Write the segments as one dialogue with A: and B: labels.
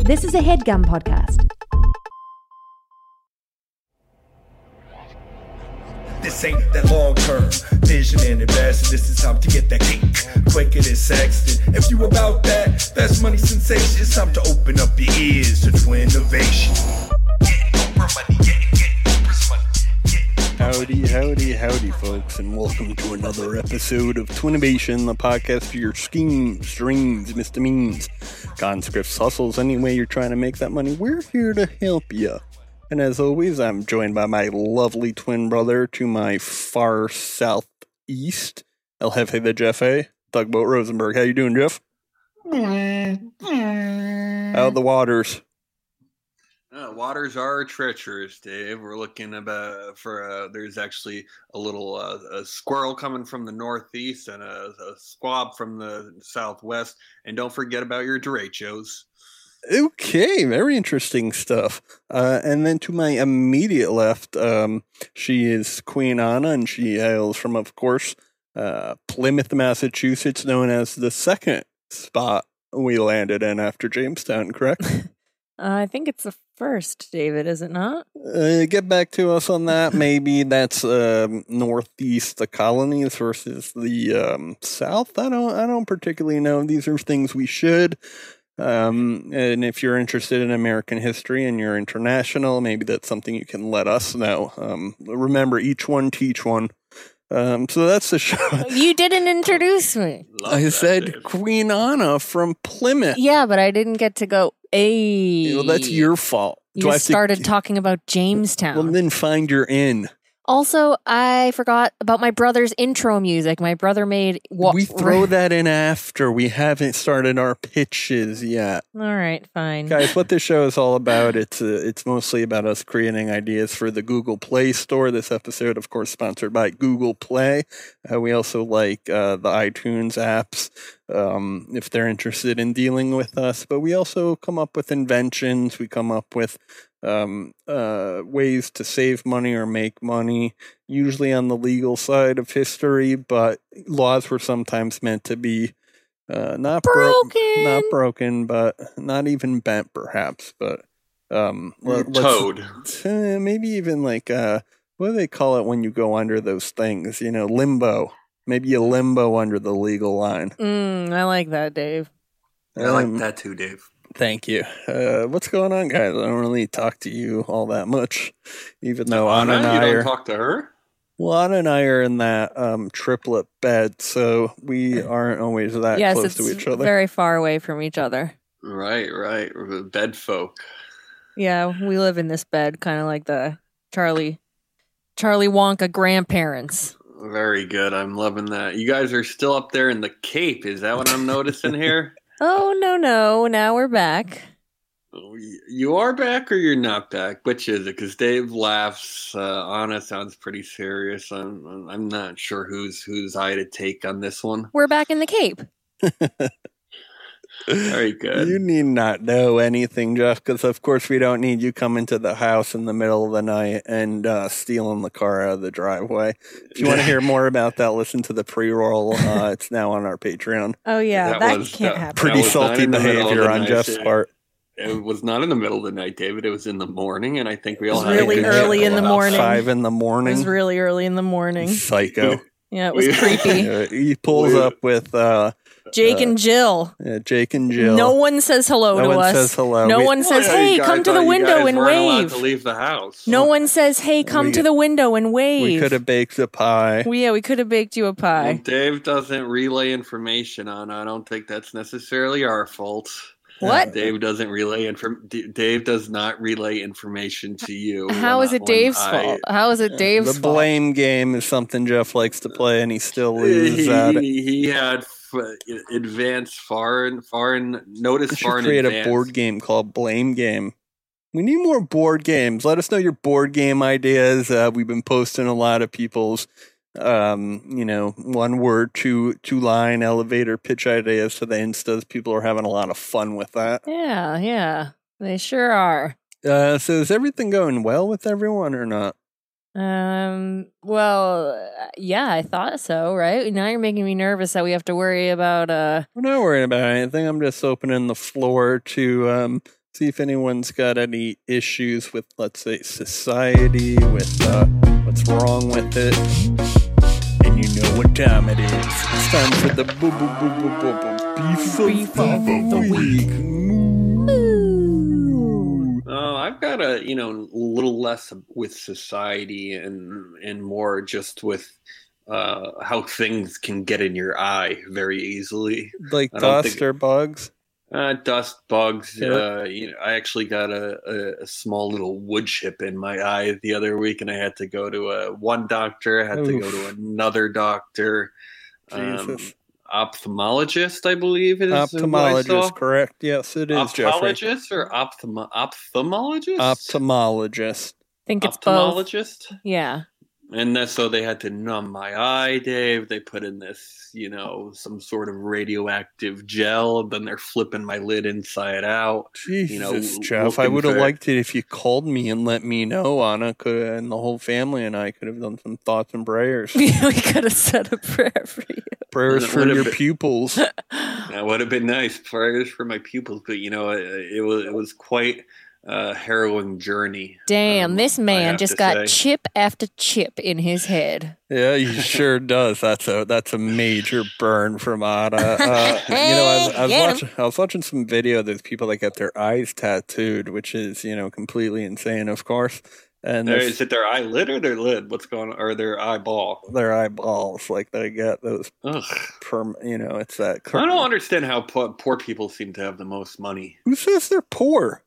A: This is a headgum podcast.
B: This ain't that long term vision and investing. This is time to get that cake quicker than Sexton. If you about that, that's money sensation. It's time to open up your ears to twin innovation. Getting Oprah money, getting, getting Oprah's money. Getting Oprah
C: Howdy, howdy, howdy, folks, and welcome to another episode of Twinnovation, the podcast for your schemes, dreams, misdemeans, conscripts, hustles, any way you're trying to make that money. We're here to help you. And as always, I'm joined by my lovely twin brother to my far southeast, El Jefe the Jefe, Tugboat Rosenberg. How you doing, Jeff? Out the waters.
D: Uh, waters are treacherous, Dave. We're looking about for uh, there's actually a little uh, a squirrel coming from the northeast and a, a squab from the southwest. And don't forget about your derechos.
C: Okay, very interesting stuff. Uh, and then to my immediate left, um, she is Queen Anna, and she hails from, of course, uh, Plymouth, Massachusetts, known as the second spot we landed in after Jamestown, correct?
E: Uh, I think it's the first, David, is it not?
C: uh, get back to us on that. Maybe that's um, northeast, the colonies versus the um, south. I don't, I don't particularly know. These are things we should. Um, and if you're interested in American history and you're international, maybe that's something you can let us know. Um, remember, each one teach one. Um, so that's the show.
E: You didn't introduce me.
D: Love
C: I
D: that,
C: said
D: Dave.
C: Queen Anna from Plymouth.
E: Yeah, but I didn't get to go. A.
C: Well, that's your fault.
E: You
C: Do I have to-
E: started talking about
C: Well,
E: Jamestown.
C: then find your in.
E: also, I forgot about my brother's intro music. My brother made. Wa-
C: we throw that in after. We haven't started our pitches yet.
E: All right, fine.
C: Guys, what this show is all about, it's uh, it's mostly about us creating ideas for the Google Play Store. This episode, of course, sponsored by Google Play. Uh, we also like uh, the iTunes apps um, if they're interested in dealing with us. But we also come up with inventions. We come up with um, uh, ways to save money or make money, usually on the legal side of history. But laws were sometimes meant to be uh, not broken
E: Broken.
C: not broken, but not even bent, perhaps. But um,
D: You
C: let- let's-
D: toad.
C: eh, maybe even like uh, what do they call it when you go under those things? You know, limbo. Maybe you limbo under the legal line.
E: Mm, I like that, Dave.
D: I
C: Um,
D: like that too, Dave.
C: Thank you. Uh, what's going on, guys? I don't really talk to you all that much, even though Anna and
D: Anna, you
C: I
D: don't
C: are.
D: talk to her.
C: Well, Anna and I are in that um, triplet bed, so we aren't always that
E: yes,
C: close
E: it's
C: to each other.
E: very far away from each other.
D: Right, right. We're the bed folk.
E: Yeah, we live in this bed, kind of like the Charlie, Charlie Wonka grandparents.
D: Very good. I'm loving that. You guys are still up there in the Cape. Is that what I'm noticing here?
E: Oh no, no! Now we're back.
D: You are back or you're not back? Which is it? Because Dave laughs. Uh, Anna sounds pretty serious. I'm I'm- I'm not sure who's who's I to take on this one.
E: We're back in the Cape.
D: Very good.
C: You need not know anything, Jeff, because of course we don't need you coming to the house in the middle of the night and uh, stealing the car out of the driveway. If you want to hear more about that, listen to the pre-roll. Uh, it's now on our Patreon.
E: Oh yeah,
D: That
E: that,
D: was-
E: can't
D: that-
E: happen.
C: Pretty
D: was not
C: salty
D: in the middle of
C: behavior
D: the
C: on
D: night,
C: Jeff's
D: yeah.
C: part.
D: It was not in the middle of the night, David. It was in the morning, and I think we
E: It
D: all
E: was
D: had a
E: really
D: good
E: early in
D: chuckle
E: the
D: out.
E: morning.
C: Five in the
E: It was
C: morning.
E: really early in the morning.
C: Psycho.
E: Yeah, it was
D: We-
E: creepy.
C: Uh, he pulls
D: Dude.
C: up with uh,
E: Jake and Jill.
C: uh, Jake and Jill.
E: No one says hello
C: No
E: to
C: one
E: us.
C: says hello.
E: No
C: We-
E: one says,
D: Oh, Yeah,
E: "Hey,
D: you guys
E: come to
D: thought
E: the
D: you
E: window
D: guys
E: and
D: weren't allowed
E: wave."
D: To leave the house.
E: No one says, "Hey, come
C: We-
E: to the window and wave."
C: We could have baked a pie.
E: Well, yeah, we could have baked you a
D: Well,
E: pie.
D: Dave doesn't relay information on. I don't think that's necessarily our fault.
E: What?
D: Dave doesn't relay inform. D- Dave does not relay information to you.
E: How
D: on
E: is
D: that
E: it
D: one.
E: Dave's
D: I-
E: fault? How is it Dave's
C: the
E: fault?
C: blame game is something Jeff likes to play, and he still loses
D: he,
C: at it.
D: he had f- advanced foreign foreign notice
C: We should
D: foreign
C: create a board game called Blame Game. We need more board games. Let us know your board game ideas. Uh, we've been posting a lot of people's, um, you know, one word, two two line elevator pitch ideas to the instas. People are having a lot of fun with that.
E: Yeah, yeah, they sure are.
C: Uh, so is everything going well with everyone or not?
E: Um. Well, uh, yeah, I thought so. Right now, you're making me nervous that we have to worry about. Uh.
C: We're not worrying about anything. I'm just opening the floor to um, see if anyone's got any issues with, let's say, society, with uh, what's wrong with it. And you know what time it is. It's time for the boo boo boo boo boo boo beef of the week. Moo.
D: Uh, I've got a you know a little less with society and and more just with uh, how things can get in your eye very easily.
C: Like
D: I don't think-
C: dust or bugs.
D: Uh, dust, bugs.
C: Yeah.
D: Uh, you know, I actually got a, a, a small little wood chip in my eye the other week, and I had to go to a one doctor. I had to go to
C: Oof.
D: another doctor. Um,
C: Jesus.
D: ophthalmologist, I believe, is who I saw.
C: Ophthalmologist, correct? Yes, it is, Jeffrey.
D: Ophthalmologist or ophthalmo- ophthalmologist?
C: Ophthalmologist.
E: think it's both.
D: ophthalmologist.
E: Yeah.
D: And that, so they had to numb my eye, Dave. They put in this, you know, some sort of radioactive gel. Then they're flipping my lid inside out.
C: Jesus,
D: know, w-
C: Jeff, I
D: looking
C: would have
D: for-
C: liked it if you called me and let me know. Anna could, and the whole family and I could have done some thoughts and prayers,
E: we could have said a prayer for you.
C: prayers
D: It
C: for
D: would've
C: your
D: been-
C: pupils.
D: That would have been nice prayers for my pupils, but you know, it, it was it was quite a harrowing journey.
E: Damn,
D: um,
E: this
D: I
E: man
D: have
E: just
D: to
E: got
D: say.
E: chip after chip in his head.
C: Yeah, he sure does. That's a that's a major burn from Ada. Uh, you know, I was, I was
E: Get 'em.
C: watching I was watching some video. There's people that got their eyes tattooed, which is you know completely insane, of course. And
D: There-
C: there's
D: Is it their eyelid or their lid? What's going on? Or their eyeball?
C: their eyeballs, like they got those.
D: Ugh.
C: Perm, you know, it's that.
D: I don't understand how po- poor people seem to have the most money.
C: Who says they're poor?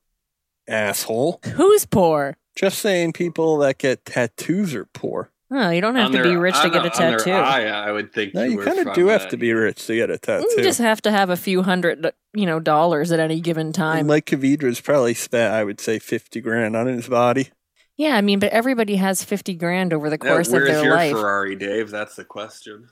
C: Asshole.
E: Who's poor?
C: Just saying people that get tattoos are poor.
E: Oh, you don't have
D: On
E: to be
D: their-
E: rich to
D: on
E: get a
D: the- on their
E: tattoo.
D: eye, I would think.
C: No, you
D: were
C: kind of
D: from uh,
C: do
D: a-
C: have to be rich to get a tattoo.
E: You just have to have a few hundred, uh, you know, dollars at any given time.
C: And Mike Kavidra's probably spent, I would say, 50 grand on his body.
E: yeah, I mean, but everybody has fifty grand over the
D: Yeah,
E: course of
D: where's
E: their
D: your
E: life.
D: Ferrari, Dave? That's the question.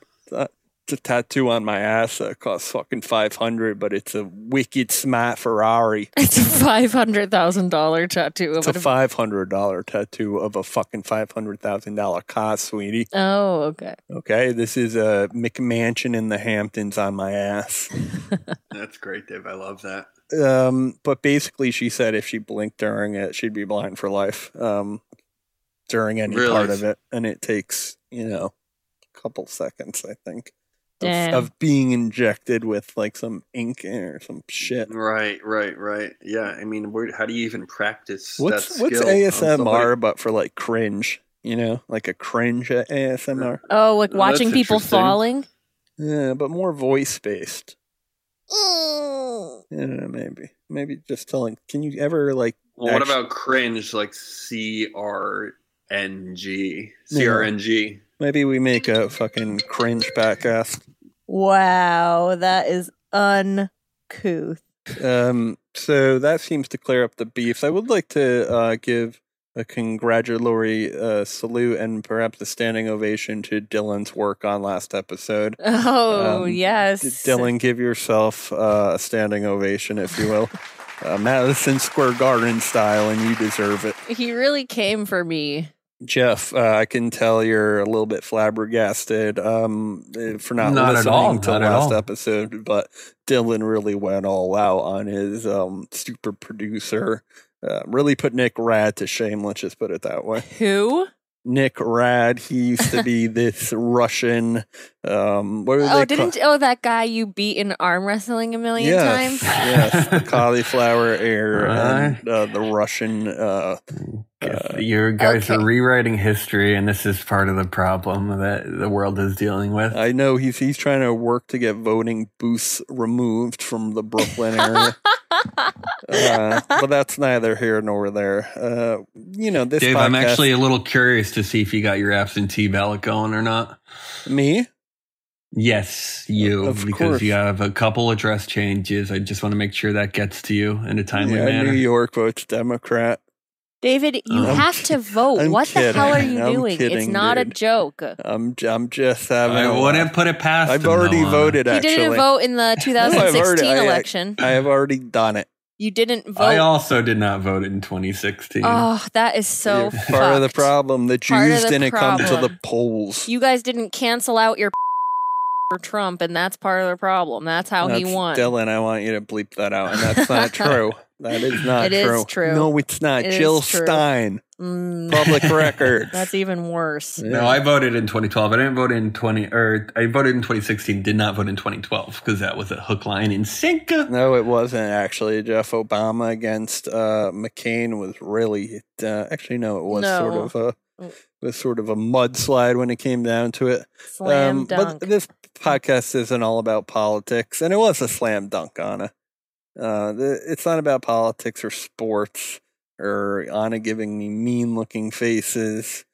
C: It's a tattoo on my ass that costs fucking 500 but it's a wicked smart Ferrari.
E: It's a five hundred thousand dollar tattoo.
C: It's
E: Of
C: a
E: a
C: $500 tattoo of a fucking $500,000 car, sweetie.
E: oh, okay.
C: Okay, this is a McMansion in the Hamptons on my ass.
D: That's great, Dave. I love that.
C: um, but basically, she said if she blinked during it, she'd be blind for life. Um, during any
D: Really?
C: part of it, and it takes you know a couple seconds, I think,
E: Damn.
C: of, of being injected with like some ink in or some shit.
D: Right, right, right. Yeah, I mean, where, how do you even practice
C: What's
D: that
C: what's
D: skill on somebody?
C: ASMR but for like cringe? You know, like a cringe at ASMR.
E: oh, like
D: That's
E: watching people
D: interesting.
E: falling.
C: Yeah, but more voice based. Yeah, maybe, maybe just telling. Can you ever like?
D: Well, what
C: Actu-
D: about cringe, like C R N G,
C: Yeah.
D: C R N G?
C: Maybe we make a fucking cringe podcast.
E: Wow, that is uncouth.
C: Um, so that seems to clear up the beefs. I would like to uh, give a congratulatory uh, salute and perhaps a standing ovation to Dylan's work on last episode.
E: Oh
C: Um,
E: yes,
C: D- Dylan, give yourself uh, a standing ovation, if you will. Uh, Madison Square Garden style, and you deserve it.
E: He really came for me.
C: Jeff, uh, I can tell you're a little bit flabbergasted um, uh, for not,
F: Not at
C: listening
F: all,
C: to
F: not at
C: last
F: all.
C: episode, but Dylan really went all out on his um, super producer. Uh, really put Nick Rad to shame, let's just put it that way.
E: Who?
C: Nick Rad, he used to be this Russian. Um, what do
E: Oh,
C: they
E: didn't
C: call
E: oh that guy you beat in arm wrestling a million
C: Yes,
E: times?
C: yes, the cauliflower ear
F: Right.
C: and uh, the Russian. Uh,
F: If you guys
E: okay.
F: are rewriting history, and this is part of the problem that the world is dealing with.
C: I know he's he's trying to work to get voting booths removed from the Brooklyn area. uh, but that's neither here nor there. Uh, you know this.
F: Dave,
C: podcast,
F: I'm actually a little curious to see if you got your absentee ballot going or not.
C: me.
F: Yes, you,
C: Of
F: because
C: course.
F: you have a couple address changes. I just want to make sure that gets to you in a timely
C: Yeah,
F: manner.
C: New York votes Democrat.
E: David, you
F: I'm
E: have to vote.
C: I'm
E: what the hell are
C: kidding.
E: you
C: I'm
E: doing? it's
C: kidding,
E: not a
C: dude.
E: joke.
C: I'm I'm just having.
F: I
C: a
F: wouldn't
C: laugh.
F: put it past.
C: I've
F: him, though,
C: already
F: Anna.
C: voted. Actually,
E: He didn't vote in the
C: I've already-
E: 2016
C: I- I-
E: election.
C: I have already done it.
E: you didn't vote.
F: I also did not vote in 2016.
E: oh, that is so
C: You're part of the
E: fucked.
C: problem. The
E: Part of
C: Jews
E: the
C: didn't come to the
E: problem.
C: polls.
E: You guys didn't cancel out your for Trump, and that's part of the problem. That's how he
C: That's-
E: won.
C: Dylan, I want you to bleep that out. And that's not true. That is not
E: It is
C: true.
E: true.
C: No, it's not.
E: It is
C: Jill
E: true.
C: Stein,
E: Mm,
C: public record.
E: that's even worse.
D: No, I voted in 2012. I didn't vote in 20 or I voted in 2016. Did not vote in 2012 because that was a hook, line, and sinker.
C: No, it wasn't actually. Jeff Obama against uh, McCain was really uh, actually no, it was sort
E: No. Mm.
C: of a was sort of a mudslide when it came down to it.
E: Slam
C: Um,
E: dunk.
C: But this podcast isn't all about politics, and it was a slam dunk, Anna. Uh, th- it's not about politics or sports or Anna giving me mean looking faces.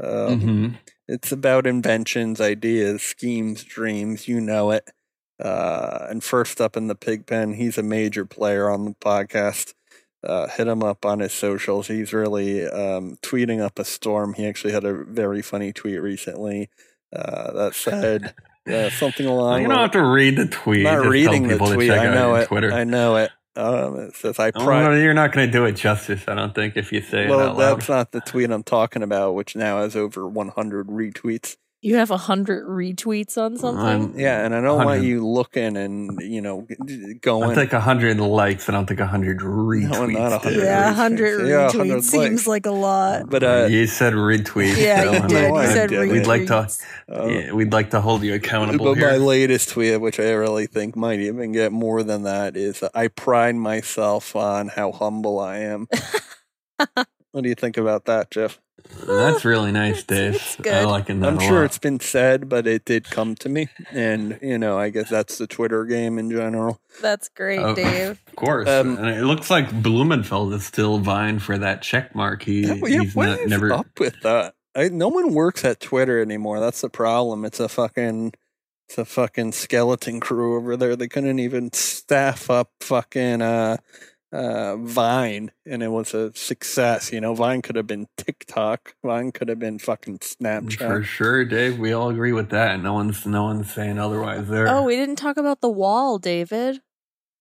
C: Um,
D: hmm
C: It's about inventions, ideas, schemes, dreams. You know it. Uh, and first up in the pig pen, he's a major player on the podcast. Uh, hit him up on his socials. He's really um, tweeting up a storm. He actually had a very funny tweet recently uh, that said uh, something along.
D: You don't have to read the
C: I'm
D: tweet.
C: not
D: Just tell
C: reading the
D: people to
C: tweet.
D: check
C: I
D: out
C: know
D: your
C: it.
D: Twitter.
C: I know it. Um, it says I
D: Oh,
C: pride.
D: no, you're not going to do it justice, I don't think, if you say it
C: well,
D: out loud.
C: that's not the tweet I'm talking about, which now has over 100 retweets.
E: you have a hundred retweets on something.
D: I'm-
C: Yeah, and I don't want
D: 100.
C: you looking and you know g- g-
D: I'll
C: going.
D: take 100 likes and I'll take 100 retweets.
C: not 100.
D: dude.
C: Yeah,
G: Yeah,
C: 100
G: 100
C: Yeah,
G: retweets
C: 100 likes.
G: seems like a lot.
C: but uh,
D: you said retweets.
G: Yeah,
D: so
G: you
D: I'm
G: did.
D: like,
G: You
C: I
G: said
C: did.
G: retweets.
D: We'd like to,
C: uh,
D: yeah, we'd like to hold you accountable
C: but my
D: here.
C: latest tweet, which I really think might even get more than that, is uh, I pride myself on how humble I am. what do you think about that, Jeff?
D: That's really nice, Dave.
G: It's
D: I
G: good.
D: like that.
C: I'm
D: a
C: sure
D: lot.
C: it's been said, but it did come to me, and you know, I guess that's the Twitter game in general.
E: That's great,
D: Oh,
E: Dave.
D: Of course.
C: Um,
D: and it looks like Blumenfeld is still vying for that check mark. He,
C: Yeah, Oh, yeah,
D: he's
C: what
D: not,
C: is
D: never.
C: up with that? I, no one works at Twitter anymore. That's the problem. It's a fucking, it's a fucking skeleton crew over there. They couldn't even staff up fucking uh, uh, Vine, and it was a success. You know, Vine could have been TikTok. Vine could have been fucking
D: For
C: Snapchat.
D: sure, Dave. We all agree with that. No one's no one's saying otherwise. There.
E: Oh, we didn't talk about the wall, David.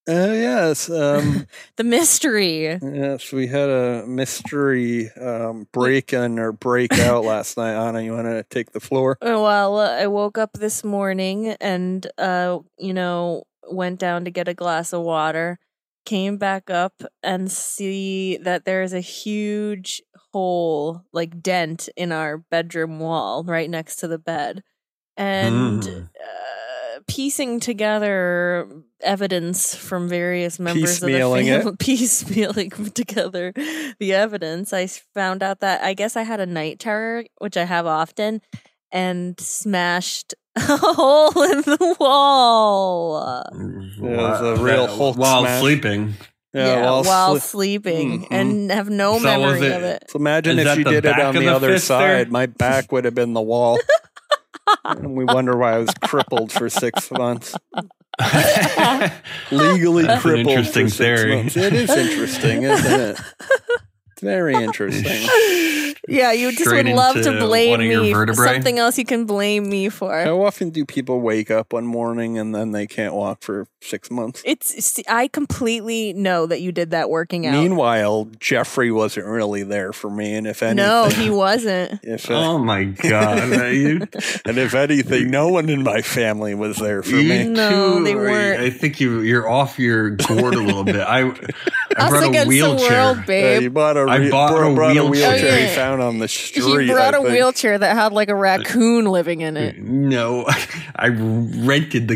C: Oh yes, um,
E: The mystery.
C: yes. We had a mystery um, break in or breakout last night. Anna, you want to take the floor?
E: Uh, Well, uh, I woke up this morning and, uh, you know, went down to get a glass of water, came back up and see that there is a huge hole, like dent in our bedroom wall right next to the bed. And
D: Hmm.
E: uh, piecing together evidence from various members of the
C: Piecemealing it.
E: family, piecemealing together the evidence, I s- found out that I guess I had a night terror, which I have often, and smashed a hole in the wall.
C: It was a real Hulk
D: while
C: smash.
D: sleeping.
C: while
E: while
C: sli-
E: sleeping
C: Mhm.
E: and have no
D: mm-hmm. So was
E: memory
D: it-
E: of it.
C: So imagine if
D: Is that
C: you
D: the
C: did it
D: back
C: on
D: of
C: the,
D: the
C: other
D: fist
C: side.
D: there?
C: My back would have been the wall. and we wonder why I was crippled for six months. Legally
D: That's an
C: crippled
D: interesting
C: for six
D: theory.
C: months. It is interesting, isn't it? It's very interesting.
E: Yeah, you just
D: Straight
E: would love to
D: into
E: blame
D: one of your
E: me. for
D: vertebrae?
E: Something else you can blame me for.
C: How often do people wake up one morning and then they can't walk for six months?
E: It's. See, I completely know that you did that working out.
C: Meanwhile, Jeffrey wasn't really there for me, and if anything,
E: no, he wasn't.
C: if,
D: oh my god! You,
C: and if anything, no one in my family was there for
D: you
C: me.
E: Mm. No,
D: two
E: they
D: are-
E: weren't.
D: I think you you're off your gourd a little bit. I, I
E: Us
D: brought a
E: against the
D: wheelchair.
E: world,
C: Yeah,
E: babe.
C: you bought a,
D: I
C: re-
D: bought
C: bro-
D: a
C: brought
D: wheelchair.
C: he
E: Okay.
C: found on the street.
E: he brought
C: a
E: a wheelchair that had like a raccoon living in it.
D: No, I rented the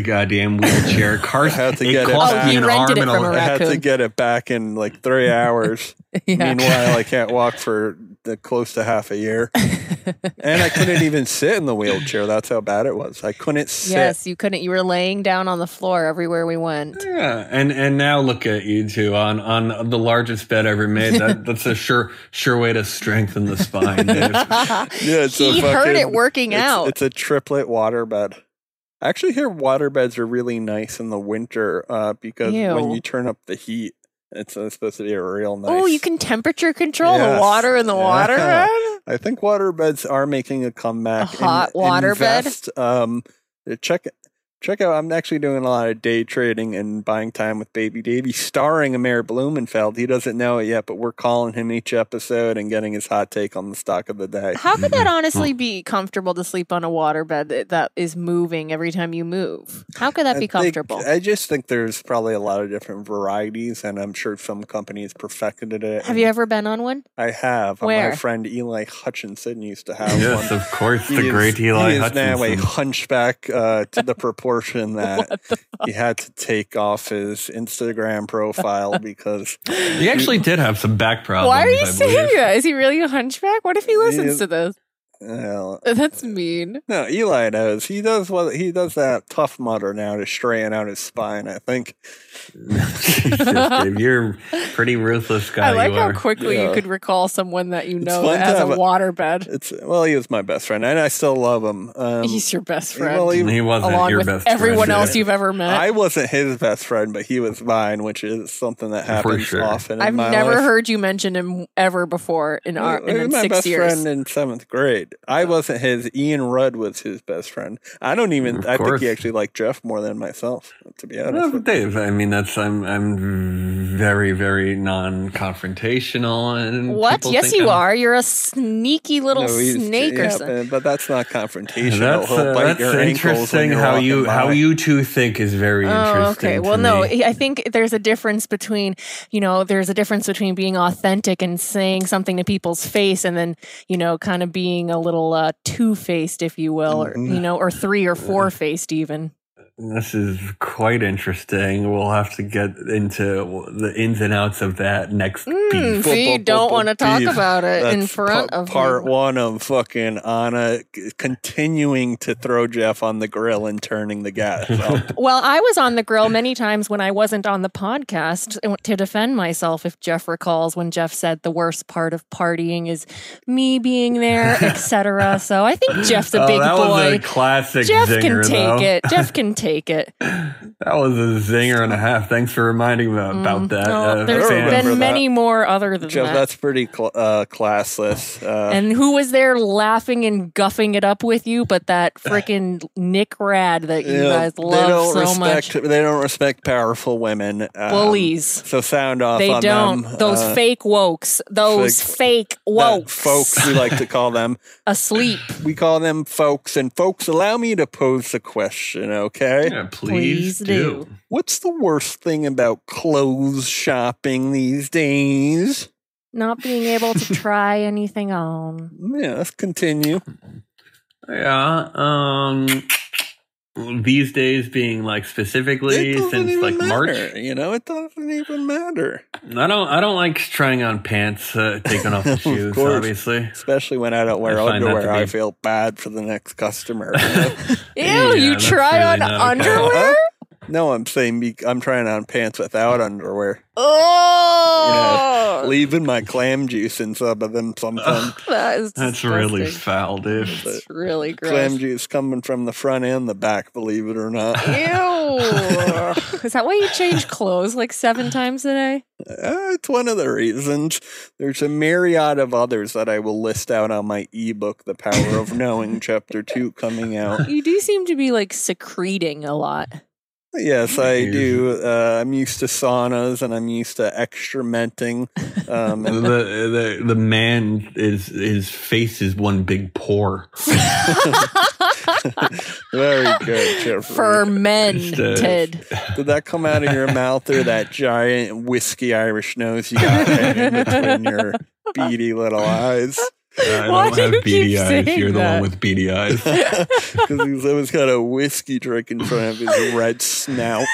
D: goddamn wheelchair. Car
C: had to get it
D: cost
C: back.
D: me
C: Oh,
D: an
E: you
D: arm
E: rented it
D: and
E: from
D: a
E: a
C: I
D: leg.
C: had to
E: raccoon.
C: get it back in like three hours.
E: Yeah.
C: Meanwhile, I can't walk for the, close to half a year, and I couldn't even sit in the wheelchair. That's how bad it was. I couldn't sit.
E: Yes, you couldn't. You were laying down on the floor everywhere we went.
D: Yeah, and and now look at you two on on the largest bed ever made. That, that's a sure sure way to strengthen the spine. Dave.
C: Yeah, it's a
E: he heard
C: fucking-
E: it working
C: it's,
E: out.
C: It's a triplet water bed. I actually hear water beds are really nice in the winter uh, because when
E: Ew.
C: you turn up the heat, it's uh, supposed to be a real nice.
E: Oh, you can temperature control
C: Yes.
E: the water in the water
C: Yeah.
E: bed?
C: I think water beds are making a comeback.
E: A hot water bed?
C: bed. Um, check Check out, I'm actually doing a lot of day trading and buying time with Baby Davey, starring Amir Blumenfeld. He doesn't know it yet, but we're calling him each episode and getting his hot take on the stock of the day.
E: How could that
D: Mhm.
E: honestly be comfortable to sleep on a waterbed that, that is moving every time you move? How could that
C: I
E: be
C: think-
E: comfortable?
C: I just think there's probably a lot of different varieties, and I'm sure some companies perfected it.
E: Have you ever been on one?
C: I have. My
E: Where?
C: friend Eli Hutchinson used to have
D: Yes,
C: one.
D: of course,
C: He
D: the
C: is-
D: great Eli
C: he is now a
D: Hutchinson.
C: hunchback uh, to the proportion that he had to take off his Instagram profile because
D: He actually did have some back problems.
E: Why are
D: I
E: you
D: believe.
E: saying that? Is he really a hunchback? What if he listens
C: is-
E: to this?
C: well,
E: That's mean.
C: no, Eli knows he does what he does that tough mutter now to straighten out his spine. I think
D: Jesus, Dave, you're a pretty ruthless guy.
E: I like
D: you
E: how
D: are.
E: quickly
C: Yeah.
E: you could recall someone that you
C: It's
E: know
C: fun to
E: as a
C: have a-
E: waterbed.
C: it's well, he was my best friend, and I still love him. Um,
E: He's your best friend,
C: well, he-
D: he wasn't
E: along
D: your
E: with
D: best
E: everyone
D: friend,
E: else
D: yeah.
E: you've ever met.
C: I wasn't his best friend, but he was mine, which is something that happens
D: sure.
C: often. In
E: I've
C: my
E: never
C: life.
E: heard you mention him ever before in our
C: He was
E: in
C: my
E: six
C: best
E: years.
C: friend in seventh grade. I wasn't his. Ian Rudd was his best friend. I don't even.
D: Mm, Of
C: I think
D: course.
C: he actually liked Jeff more than myself. To be honest,
D: No,
C: with
D: but Dave, I mean that's I'm I'm very very non-confrontational and
E: What?
D: people
E: Yes,
D: think
E: you
D: I'm-
E: are. You're a sneaky little
C: No, he's-
E: snake or
C: yeah,
E: something.
C: but- But that's not confrontational.
D: That's,
C: He'll
D: uh,
C: bite
D: that's
C: your ankles when
D: interesting.
C: you're
D: How
C: walking
D: you how
C: by.
D: you two think is very
E: Oh,
D: interesting.
E: okay.
D: to
E: Well, no,
D: me.
E: I think there's a difference between, you know, there's a difference between being authentic and saying something to people's face and then, you know, kind of being a little uh, two faced, if you will,
C: Mm-hmm.
E: or, you know, or three or four faced even.
D: this is quite interesting. We'll have to get into the ins and outs of that next
E: Mm,
D: piece.
E: see, you don't want to talk
C: beef.
E: about it in
C: That's
E: front
C: pa-
E: of
C: part
E: me.
C: one of fucking Anna c- continuing to throw Jeff on the grill and turning the gas up.
E: Well, I was on the grill many times when I wasn't on the podcast uh, to defend myself. If Jeff recalls when Jeff said the worst part of partying is me being there, etc. So I think Jeff's a
D: Oh,
E: big
D: that
E: boy.
D: was a classic
E: Jeff
D: zinger,
E: can take
D: though.
E: it. Jeff can take it.
D: That was a zinger and a half. Thanks for reminding me about
E: Mm.
D: that.
E: No,
D: uh,
E: there's
C: I
D: fans.
C: remember
E: been many more other than
C: Jeff,
E: that.
C: that's pretty cl- uh, classless. Uh,
E: and who was there laughing and guffing it up with you? But that freaking Nick Rad that you
C: you know,
E: guys love so
C: respect,
E: much.
C: They don't respect powerful women. um,
E: Bullies.
C: So sound off
E: they
C: on
E: don't.
C: them.
E: Those
C: uh,
E: fake wokes. Those fake
C: that
E: wokes.
C: folks, we like to call them.
E: asleep.
C: We call them folks. And folks, allow me to pose the question, okay?
D: Yeah, please,
E: Please
D: do.
E: do.
C: What's the worst thing about clothes shopping these days?
E: Not being able to try anything on.
C: Yeah, let's continue.
D: Yeah. Um. These days, being like specifically since like March,
C: matter. You know, it doesn't even matter.
D: I don't. I don't like trying on pants, uh, taking off the
C: Of
D: shoes.
C: course.
D: obviously,
C: Especially when I don't wear
D: I find that to
C: underwear, I
D: be-
C: feel bad for the next customer. you know?
E: Ew,
D: Yeah,
E: you
D: that's
E: try
D: really
E: on
D: not okay.
E: underwear?
C: no, I'm saying be- I'm trying on pants without underwear.
E: Oh,
C: leaving my clam juice in some of them sometimes.
E: that is
D: that's really
E: disgusting.
D: foul, dude.
E: It's really gross.
C: clam juice coming from the front and the back, believe it or not.
E: Ew. Is that why you change clothes like seven times a day?
C: Uh, it's one of the reasons. There's a myriad of others that I will list out on my ebook, The Power of Knowing, Chapter 2, coming out.
E: You do seem to be like secreting a lot.
C: Yes, I do. Uh, I'm used to saunas and I'm used to excrementing. Um,
D: the,
C: and
D: the the man is his face is one big pore.
C: very good, Jeffrey.
E: Fermented.
C: Did that come out of your mouth or that giant whiskey Irish nose you got right in between your beady little eyes?
D: I
E: Why
D: don't
E: do you
D: have beady
E: keep
D: eyes.
E: saying
D: You're the one
E: that?
D: with beady eyes.
C: Because he's always got a whiskey drink in front of his red snout.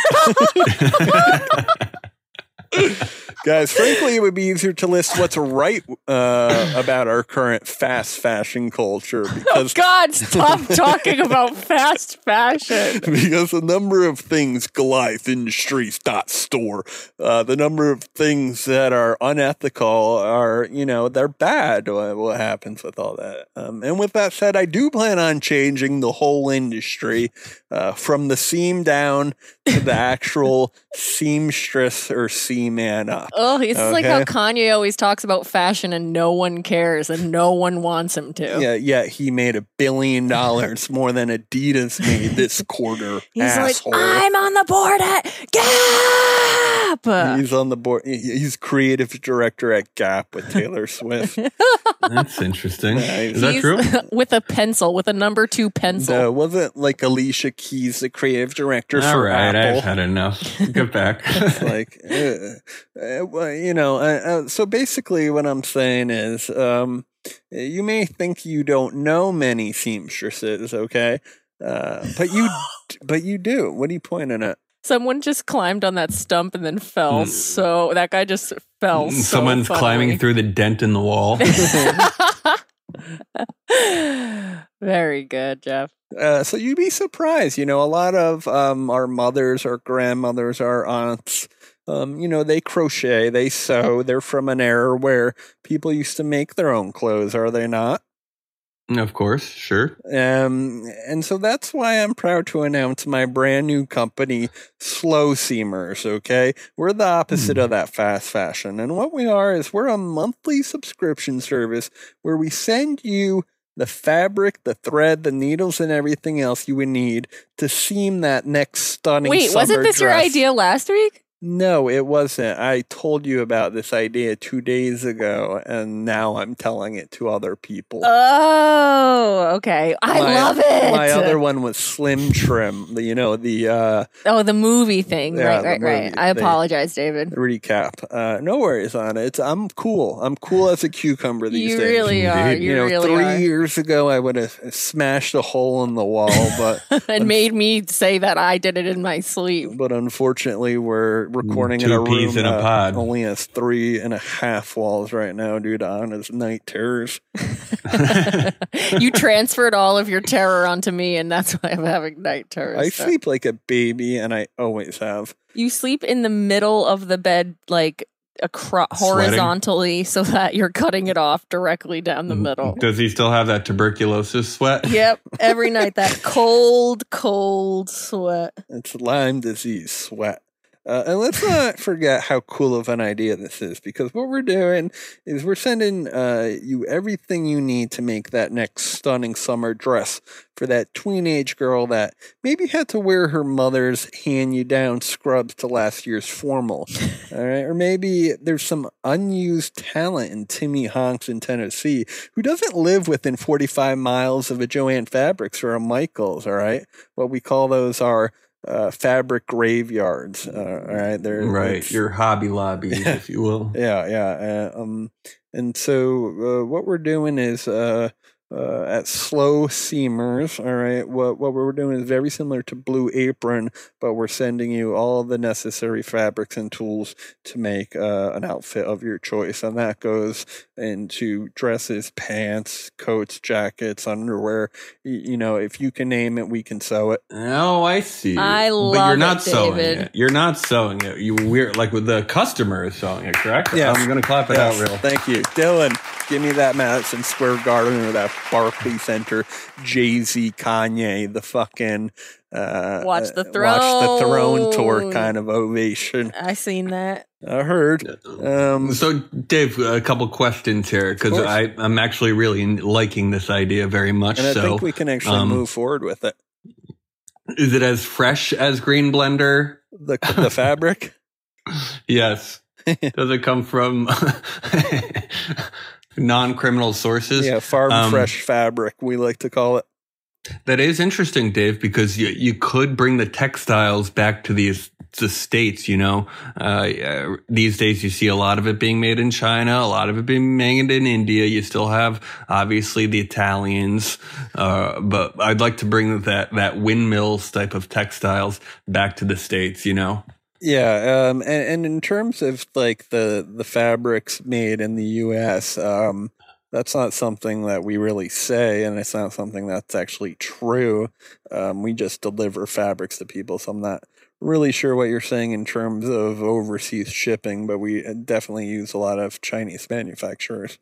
C: Guys, frankly, it would be easier to list what's right uh, about our current fast fashion culture because
E: God, stop talking about fast fashion.
C: because the number of things Goliath Industries dot store, uh, the number of things that are unethical are you know they're bad. What what happens with all that? Um, and with that said, I do plan on changing the whole industry uh, from the seam down to the actual seamstress or seaman up.
E: Oh, this is like how
C: Okay.
E: Kanye always talks about fashion and no one cares and no one wants him to.
C: Yeah, yeah, he made a billion dollars more than Adidas made this quarter.
E: He's
C: asshole.
E: like, I'm on the board at Gap.
C: He's on the board. he- He's creative director at Gap with Taylor Swift.
D: That's interesting.
C: Nice.
D: Is that
E: He's-
D: true?
E: with a pencil, with a number two pencil.
C: No, it wasn't like Alicia Keys, the creative director
D: All
C: for
D: right, I've
C: Apple.
D: had enough. Get back.
C: It's like, uh, uh, well, you know. Uh, uh, so basically, what I'm saying is, um, you may think you don't know many seamstresses, okay, uh, but you, but you do. What are you pointing at?
E: Someone just climbed on that stump and then fell.
D: Mm.
E: So that guy just
C: Mm,
E: fell. so
D: Someone's climbing
E: funnily.
D: through the dent in the wall. Mm,
E: Very good, Jeff.
C: Uh, so you'd be surprised. You know, a lot of um, our mothers, our grandmothers, our aunts, um, you know, they crochet, they sew. They're from an era where people used to make their own clothes, are they not?
D: of course, sure.
C: Um, and so that's why I'm proud to announce my brand new company, Slow Seamers. Okay, we're the opposite of that fast fashion, and what we are is we're a monthly subscription service where we send you the fabric, the thread, the needles, and everything else you would need to seam that next stunning.
E: Wait,
C: summer
E: wasn't this your
C: dress.
E: idea last week?
C: No, it wasn't. I told you about this idea two days ago, and now I'm telling it to other people.
E: Oh, okay. I
C: My-
E: love it.
C: My other one was Slim Trim. The, you know the uh,
E: oh, the movie thing.
C: Yeah,
E: right,
C: the
E: right, right.
C: movie
E: I
C: thing.
E: apologize, David.
C: recap. Uh, no worries on it. It's, I'm cool. I'm cool as a cucumber these
E: You
C: days.
E: really are.
D: Indeed.
E: You,
C: You know,
E: really
C: three
E: are.
C: years ago, I would have smashed a hole in the wall, but
E: and made me say that I did it in my sleep.
C: but unfortunately, we're recording in
D: Two
C: a room
D: peas in a
C: that
D: pod.
C: only has three and a half walls right now due to honest night terrors.
E: you transferred all of your terror onto me, and that's why I'm having night terrors.
C: I sleep like a baby, and I always have.
E: You sleep in the middle of the bed, like acro-
D: Sweating.
E: horizontally, so that you're cutting it off directly down
C: Mm-hmm.
E: the middle.
D: Does he still have that tuberculosis sweat?
E: yep, every night that cold, cold sweat.
C: It's Lyme disease sweat. Uh, and let's not forget how cool of an idea this is because what we're doing is we're sending uh, you everything you need to make that next stunning summer dress for that teenage girl that maybe had to wear her mother's hand you down scrubs to last year's formal. All right. Or maybe there's some unused talent in Timmy Honks in Tennessee who doesn't live within 45 miles of a Joanne Fabrics or a Michaels. All right. What we call those are uh, fabric graveyards. Uh, all right. They're
D: Right,
C: it's-
D: your Hobby Lobby, if you will.
C: yeah, yeah. Uh, um, and so uh, what we're doing is uh, uh, at Slow Seamers. All right, what what we're doing is very similar to Blue Apron, but we're sending you all the necessary fabrics and tools to make uh, an outfit of your choice, and that goes into dresses, pants, coats, jackets, underwear. Y- you know, if you can name it, we can sew it.
D: Oh, I see.
E: I
D: but
E: love
D: you're
E: it,
D: not sewing
E: David.
D: it. You're not sewing it. You we're like with the customer is sewing it, correct?
C: Yes.
D: I'm gonna clap it
C: Yes,
D: out real.
C: Thank you, Dylan. Give me that Madison Square Garden or that Barclay Center, Jay Z, Kanye, the fucking uh,
E: Watch the
C: uh, watch the throne tour
E: throne.
C: kind of ovation.
E: I seen that.
C: I heard. Um,
D: So, Dave, a couple questions here because
C: course.
D: I'm actually really liking this idea very much.
C: and I
D: so,
C: think we can actually
D: um,
C: move forward with it.
D: is it as fresh as Green Blender?
C: The the fabric.
D: Yes. Does it come from non criminal sources?
C: Yeah, farm
D: um,
C: fresh fabric. We like to call it.
D: That is interesting, Dave, because you, you could bring the textiles back to these the states. You know, uh, yeah, these days you see a lot of it being made in China, a lot of it being made in India. You still have obviously the Italians, uh, but I'd like to bring that that windmills type of textiles back to the states. You know,
C: Yeah, um, and, and in terms of like the the fabrics made in the U.S., um, that's not something that we really say, and it's not something that's actually true. Um, we just deliver fabrics to people, so I'm not really sure what you're saying in terms of overseas shipping, but we uh, definitely use a lot of Chinese manufacturers.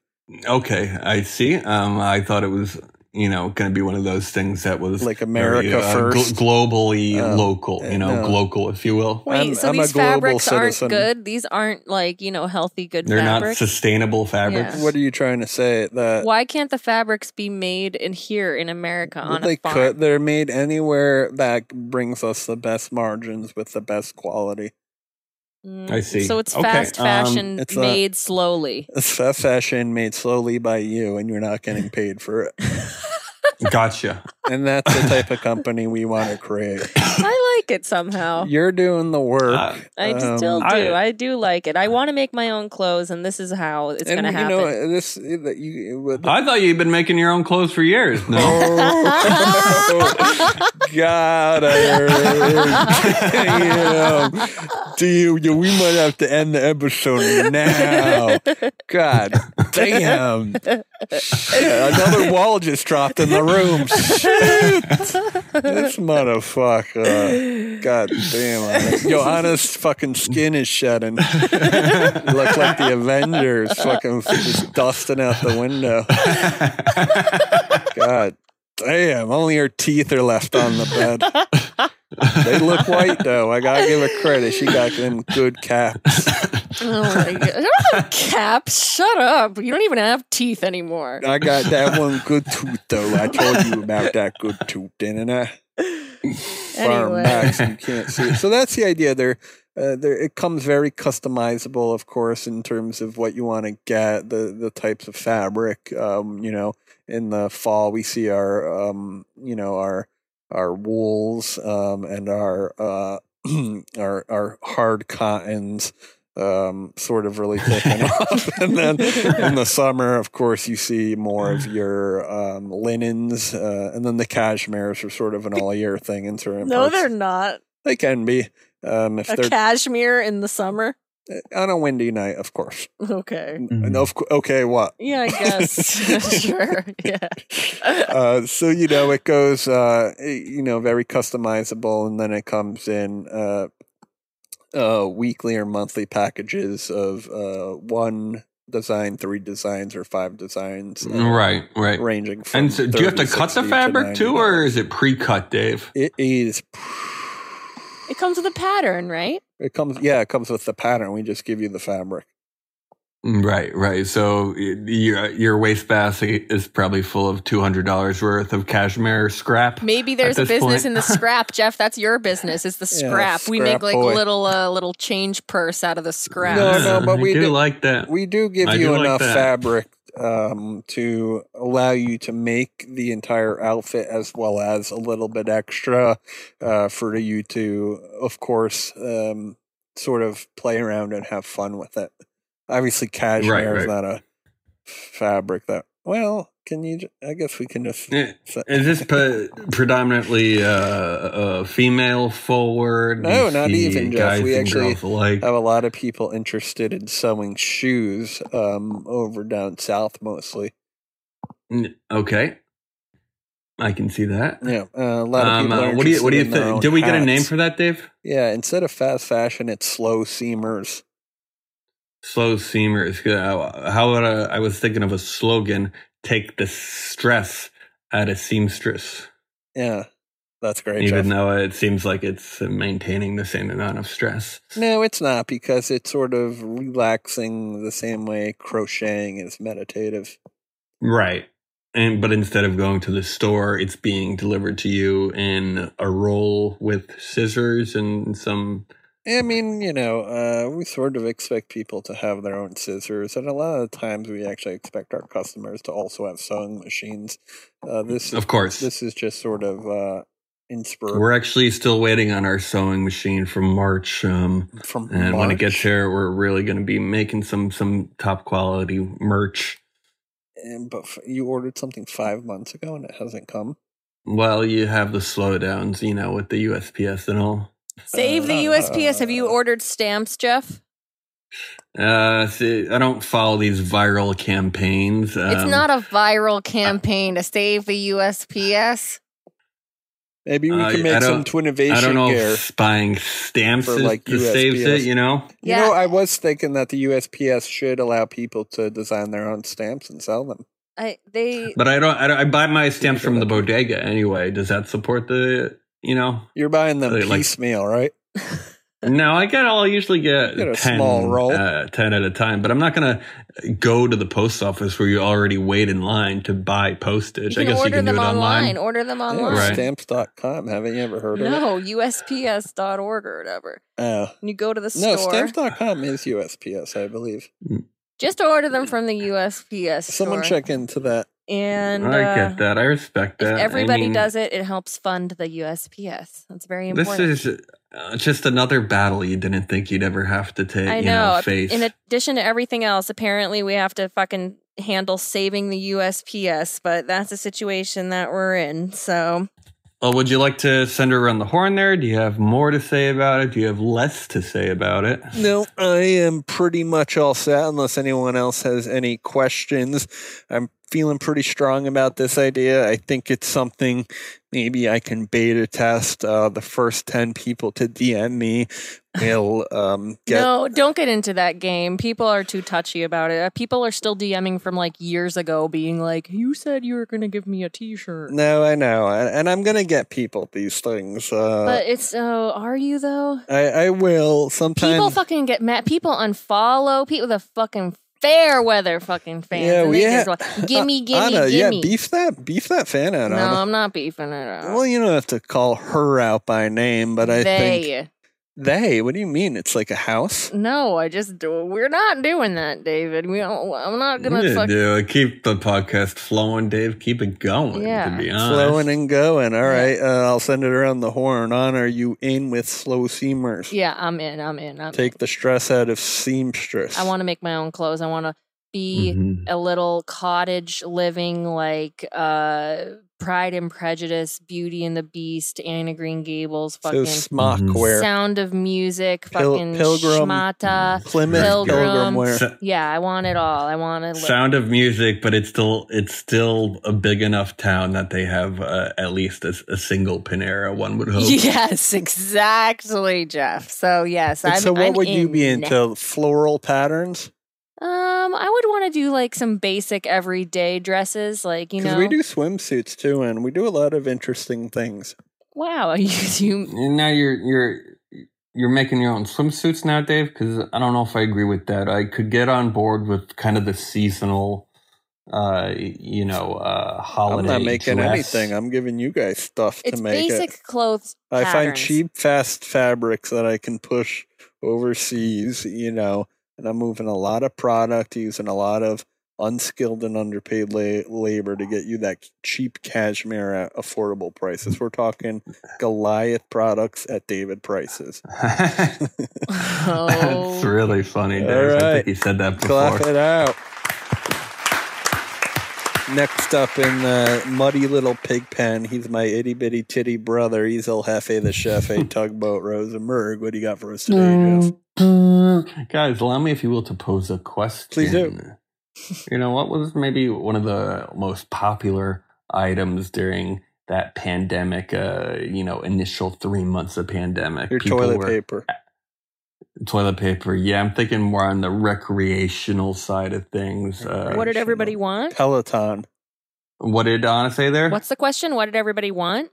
D: okay, I see. Um, I thought it was. you know, going to be one of those things that was
C: Like America
D: very, uh,
C: first?
D: glo- globally
C: Oh,
D: local,
C: uh,
D: you know,
C: no.
D: local, if you will.
E: Wait,
C: I'm-
E: so
C: I'm a
E: these
C: global
E: fabrics
C: citizen.
E: aren't good? These aren't like, you know, healthy good
D: They're not
E: fabrics.
D: sustainable fabrics.
E: Yeah.
C: What are you trying to say? That
E: Why can't the fabrics be made in here in America on
C: they
E: a farm?
C: could. They're made anywhere that brings us the best margins with the best quality.
E: Mm,
D: I see.
E: So it's
D: Okay,
E: fast
D: um,
E: fashion
C: it's a-
E: made slowly.
C: It's that fashion made slowly by you, and you're not getting paid for it.
D: Gotcha.
C: And that's the type of company we want to create.
E: I like it somehow.
C: You're doing the work.
D: Uh,
E: I just
C: Um,
E: still do.
D: I-
E: I, do like it. I want to make my own clothes, and this is how it's going
C: and
E: to happen.
C: you know this. That you, with-
D: I thought you'd been making your own clothes for years. No.
C: Oh, God, I heard. Damn. Dude, yo, we might have to end the episode now. God damn. Shit, another wall just dropped in the room. Shit. This motherfucker. God damn. honest. Yo, honest fucking skin is shedding. You look like the Avengers fucking just dusting out the window. God damn, only her teeth are left on the bed. they look white though. I gotta give her credit. She got them good caps.
G: Oh my god! I don't have caps. Shut up! You don't even have teeth anymore.
C: I got that one good tooth though. I told you about that good tooth, didn't I? Far
E: Anyway.
C: back, so you can't see it. So that's the idea. There, uh, there. It comes very customizable, of course, in terms of what you want to get, the the types of fabric. Um, you know, in the fall we see our, um, you know, our our wools um, and our uh, our our hard cottons um, sort of really taking off. And then in the summer, of course, you see more of your um, linens, uh, and then the cashmeres are sort of an all year thing in certain
E: no,
C: parts.
E: they're not.
C: They can be um, if
E: A
C: they're
E: cashmere in the summer.
C: on a windy night, of course.
E: Okay.
D: Mm-hmm.
C: And of cou- okay, what?
E: Yeah, I guess.
G: sure. Yeah.
C: uh, so you know it goes uh, you know very customizable and then it comes in uh, uh, weekly or monthly packages of uh, one design three designs or five designs uh,
D: right, right.
C: ranging from
D: And so, do you have to
C: 30,
D: cut
C: 60
D: the
C: to
D: fabric too,
C: 90.
D: or is it pre-cut, Dave?
C: it is
E: it comes with a pattern, right?
C: it comes yeah it comes with the pattern we just give you the fabric
D: Mm, Right, right. So y- your your wastebasket is probably full of two hundred dollars worth of cashmere scrap.
G: Maybe there's a
D: this
G: business
D: point-
G: in the scrap, Jeff. That's your business. It's the
C: Yeah,
G: scrap. we
C: scrap
G: make like
C: boy.
G: little uh, little change purse out of the scrap.
C: No, no, but
D: I
C: we
D: do
C: do-
D: like that.
C: we do give
D: I
C: you
D: do like
C: enough
D: that.
C: fabric um, to allow you to make the entire outfit as well as a little bit extra uh, for you to, of course, um, sort of play around and have fun with it. Obviously, cashmere is
D: right.
C: not a fabric that, well, can you? ju- I guess we can just.
D: Yeah. Is this pe- predominantly uh, uh, female forward?
C: No,
D: You
C: not
D: see
C: even, Jeff.
D: guys
C: We
D: and
C: actually
D: girls alike?
C: have a lot of people interested in sewing shoes um, over down south mostly.
D: N- Okay, I can see that.
C: Yeah, uh, a lot of
D: Um,
C: people.
D: uh,
C: are
D: what do you What do
C: interested
D: you
C: in their
D: think?
C: own
D: Did we get a name
C: hats.
D: for that, Dave?
C: Yeah, instead of fast fashion, it's slow seamers.
D: Slow seamers. Uh, How about a, I was thinking of a slogan: "Take the stress out of seamstress."
C: Yeah, that's great.
D: even
C: Jeff.
D: though it seems like it's uh, maintaining the same amount of stress.
C: No, it's not because it's sort of relaxing the same way crocheting is meditative.
D: Right. And but instead of going to the store, it's being delivered to you in a roll with scissors and some
C: I mean, you know, uh, we sort of expect people to have their own scissors, and a lot of times we actually expect our customers to also have sewing machines. Uh, this,
D: of course.
C: this is just sort of uh, inspired
D: we're actually still waiting on our sewing machine from March. Um,
C: from
D: and when it gets
C: March.
D: here, we're really going to be making some some top quality merch.
C: And, but f- you ordered something five months ago, and it hasn't come.
D: Well, you have the slowdowns, you know, with the USPS and all.
G: Save
C: Uh,
G: the USPS. Have you ordered stamps, Jeff?
D: Uh, see, I don't follow these viral campaigns.
G: it's
D: um,
G: not a viral campaign to save the USPS.
C: Maybe we
D: Uh,
C: can
D: I
C: make some
D: don't-
C: Twinnovation
D: I don't know
C: gear.
D: if spying stamps
C: For,
D: is,
C: like,
D: the saves
C: USPS.
D: it, you know?
C: You know,
G: Yeah.
C: I was thinking that the USPS should allow people to design their own stamps and sell them.
E: I they
D: But I don't, I don't. I buy my stamps from the bodega anyway. Does that support the? You know,
C: You're buying them
D: Like- like-
C: piecemeal, right?
D: no. I get. I'll usually get,
C: Get a
D: 10,
C: small roll.
D: uh, ten at a time. But I'm not gonna go to the post office where you already wait in line to buy
E: you
D: postage.
E: can
D: I guess
E: order
D: you can do
E: them
D: it
E: online.
D: online.
E: Order them
C: Yeah,
E: online.
D: Right.
C: Stamps.com. Haven't you ever heard of it?
E: No, USPS.org or whatever.
C: Oh.
E: And you go to the
C: No,
E: store.
C: stamps.com is USPS, I believe.
E: Just order them from the USPS.
C: Someone
E: store.
C: check into that.
E: And
D: I
E: uh,
D: get that. I respect
E: If
D: that. I
E: everybody
D: mean,
E: does it, it helps fund the USPS. That's very important.
D: This is uh, just another battle you didn't think you'd ever have to take.
E: I
D: you know.
E: know.
D: face.
E: In addition to everything else, apparently we have to fucking handle saving the USPS, but that's a situation that we're in. So
D: Well, Oh, would you like to send her around the horn there? Do you have more to say about it? Do you have less to say about it?
C: No, I am pretty much all set unless anyone else has any questions. I'm feeling pretty strong about this idea. I think it's something maybe I can beta test. Uh, the first 10 people to DM me will um, get.
G: No, don't get into that game. People are too touchy about it. Uh, People are still DMing from like years ago, being like, "You said you were going to give me a T-shirt."
C: No, I know. And, and I'm going to get people these things. Uh,
E: but it's
G: oh,
E: so are you though?
C: I, I will
G: People
C: sometimes.
G: fucking get mad. People unfollow people. The fucking fair weather fucking fans.
C: Yeah,
G: and
C: we
G: they just
C: ha-
G: want, gimme, gimme,
C: Anna, yeah,
G: gimme.
C: beef that, beef that fan out,
G: no,
C: Anna.
G: I'm not beefing it up.
C: Well, you don't have to call her out by name, but I
G: they.
C: think
D: Mm.
C: they. What do you mean? It's like a house.
G: No, I just do. We're not doing that, David. We don't. I'm not gonna
D: Yeah,
G: fuck.
D: do it. Keep the podcast flowing, Dave. Keep it going.
G: Yeah.
D: to be honest.
C: Flowing and going. All right, uh, I'll send it around the horn. On, are you in with slow seamers?
G: Yeah, I'm in. I'm in. I'm
C: Take the stress out of seamstress.
G: I want to make my own clothes. I want to be
D: Mhm.
C: Mm-hmm.
G: a little cottage living like uh Pride and Prejudice, Beauty and the Beast, Anna Green Gables,
C: so
G: fucking
C: smock
D: Mhm.
C: wear,
G: Sound of Music,
C: Pil-
G: fucking
C: Pilgrim.
G: Schmata.
C: Plymouth
G: Pilgrim.
C: pilgrim
E: Mm-hmm.
C: wear.
D: So-
G: Yeah, I want it all. I want to look.
D: Sound of Music, but it's still it's still a big enough town that they have uh, at least a, a single Panera. One would hope.
G: Yes, exactly, Jeff. So yes,
C: And
G: I'm.
C: so, what
G: I'm
C: would you be
G: in.
C: into? Floral patterns?
G: Um, I would want to do like some basic everyday dresses, like you
C: Because
G: know.
C: we do swimsuits too, and we do a lot of interesting things.
G: wow, you do.
D: And now you're you're you're making your own swimsuits now, Dave. Because I don't know if I agree with that. I could get on board with kind of the seasonal, uh, you know, uh, holiday.
C: I'm not making
D: dress.
C: anything. I'm giving you guys stuff
G: It's
C: to make
G: basic
C: it.
G: clothes.
C: I find
G: patterns.
C: cheap, fast fabrics that I can push overseas, you know, and I'm moving a lot of product, using a lot of unskilled and underpaid la- labor to get you that cheap cashmere at affordable prices. We're talking Goliath products at David prices.
G: Oh.
E: Oh.
D: That's really funny, Dave. I
C: Alright.
D: think you said that before.
C: Clap it out. Next up in the muddy little pig pen, he's my itty bitty titty brother. He's El Jefe the Chef, a tugboat Rosenberg. What do you got for us today,
E: Mm,
C: Jeff?
D: Guys, allow me, if you will, to pose a question.
C: Please do.
D: You know, what was maybe one of the most popular items during that pandemic, uh, you know, initial three months of pandemic?
C: Your
D: People
C: toilet
D: were-
C: paper.
D: Toilet paper. Yeah, I'm thinking more on the recreational side of things. Uh,
E: what did everybody
C: Sure.
E: want?
C: Peloton.
D: what did Donna say there?
G: What's the question? What did everybody want?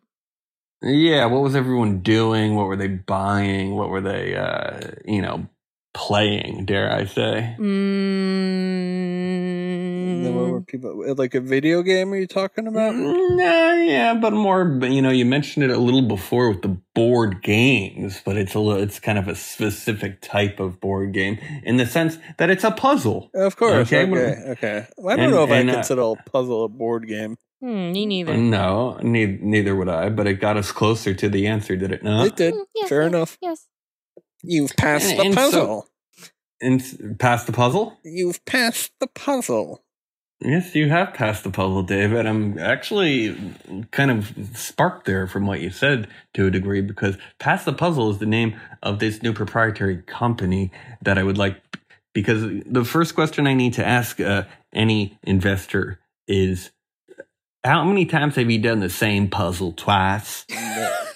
D: Yeah, what was everyone doing? What were they buying? What were they, uh, you know, playing, dare I say?
C: And then what were
G: Mm,
C: people like a video game are you talking about?
D: Mm-hmm. Nah, mm, yeah, but more. But you know, you mentioned it a little before with the board games, but it's a little, it's kind of a specific type of board game in the sense that it's a puzzle.
C: Of course.
D: Okay,
C: Okay.
D: well-
C: Okay. Well, I don't
D: And-
C: know if
D: and,
C: I
D: uh,
C: consider a puzzle a board game.
G: hmm, me neither.
D: Mm. No, ne- neither would I. But it got us closer to the answer, did it not?
C: it did.
G: Mm, yes,
C: Fair
G: yes,
C: enough.
G: Yes.
C: You've passed
D: And-
C: the
D: and so-
C: puzzle.
D: And s- past the puzzle.
C: You've passed the puzzle.
D: Yes, you have passed the puzzle, David. I'm actually kind of sparked there from what you said to a degree because Pass the Puzzle is the name of this new proprietary company that I would like. Because the first question I need to ask uh, any investor is how many times have you done the same puzzle twice?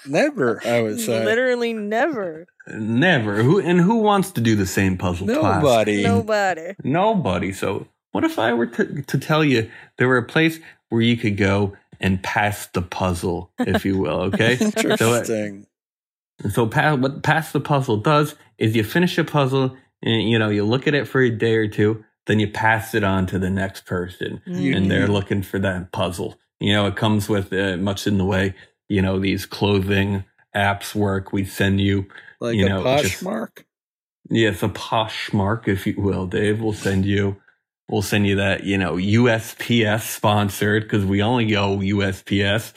C: Never, I would say.
E: Literally never.
D: Never. Who And who wants to do the same puzzle twice?
C: Nobody.
E: Nobody.
D: Nobody. So What if I were to, to tell you there were a place where you could go and pass the puzzle, if you will? Okay.
C: Interesting.
D: And so pa- what pass the puzzle does is you finish a puzzle and you know you look at it for a day or two then you pass it on to the next person
C: You-
D: uh, and they're looking for that puzzle you know it comes with uh, much in the way you know these clothing apps work we send you
C: like
D: you
C: a
D: know, just-
C: Poshmark.
D: yes a poshmark if you will dave we'll send you we'll send you that you know usps sponsored because we only go usps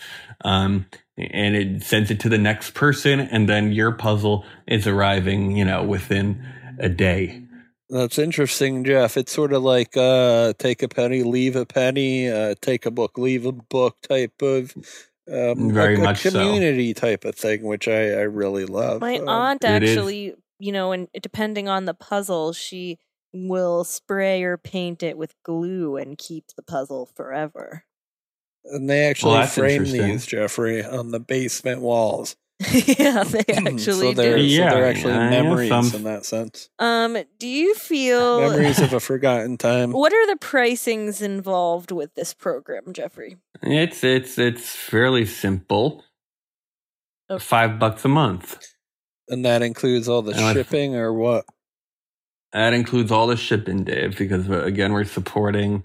D: um, and it sends it to the next person and then your puzzle is arriving you know within a day
C: That's interesting, Jeff. It's sort of like uh, take a penny, leave a penny, uh, take a book, leave a book type of um,
D: Very
C: like a
D: much so.
C: community type of thing, which I, I really love.
E: My
C: Uh,
E: aunt
D: It is.
E: actually, you know, and depending on the puzzle, she will spray or paint it with glue and keep the puzzle forever.
C: and they actually
D: Oh, that's
C: frame
D: interesting.
C: these, Jeffrey, on the basement walls.
E: yeah, they
C: Hmm, so
E: actually
C: they're,
E: do.
D: Yeah,
C: so they're actually
D: I have
C: memories
D: some-
C: in that sense.
E: Um, do you feel
C: memories of a forgotten time.
E: what are the pricings involved with this program, Jeffrey?
D: it's it's it's fairly simple
E: Okay.
D: five bucks a month
C: And that includes all the
D: And I-
C: shipping or what?
D: That includes all the shipping, Dave, because uh, again, we're supporting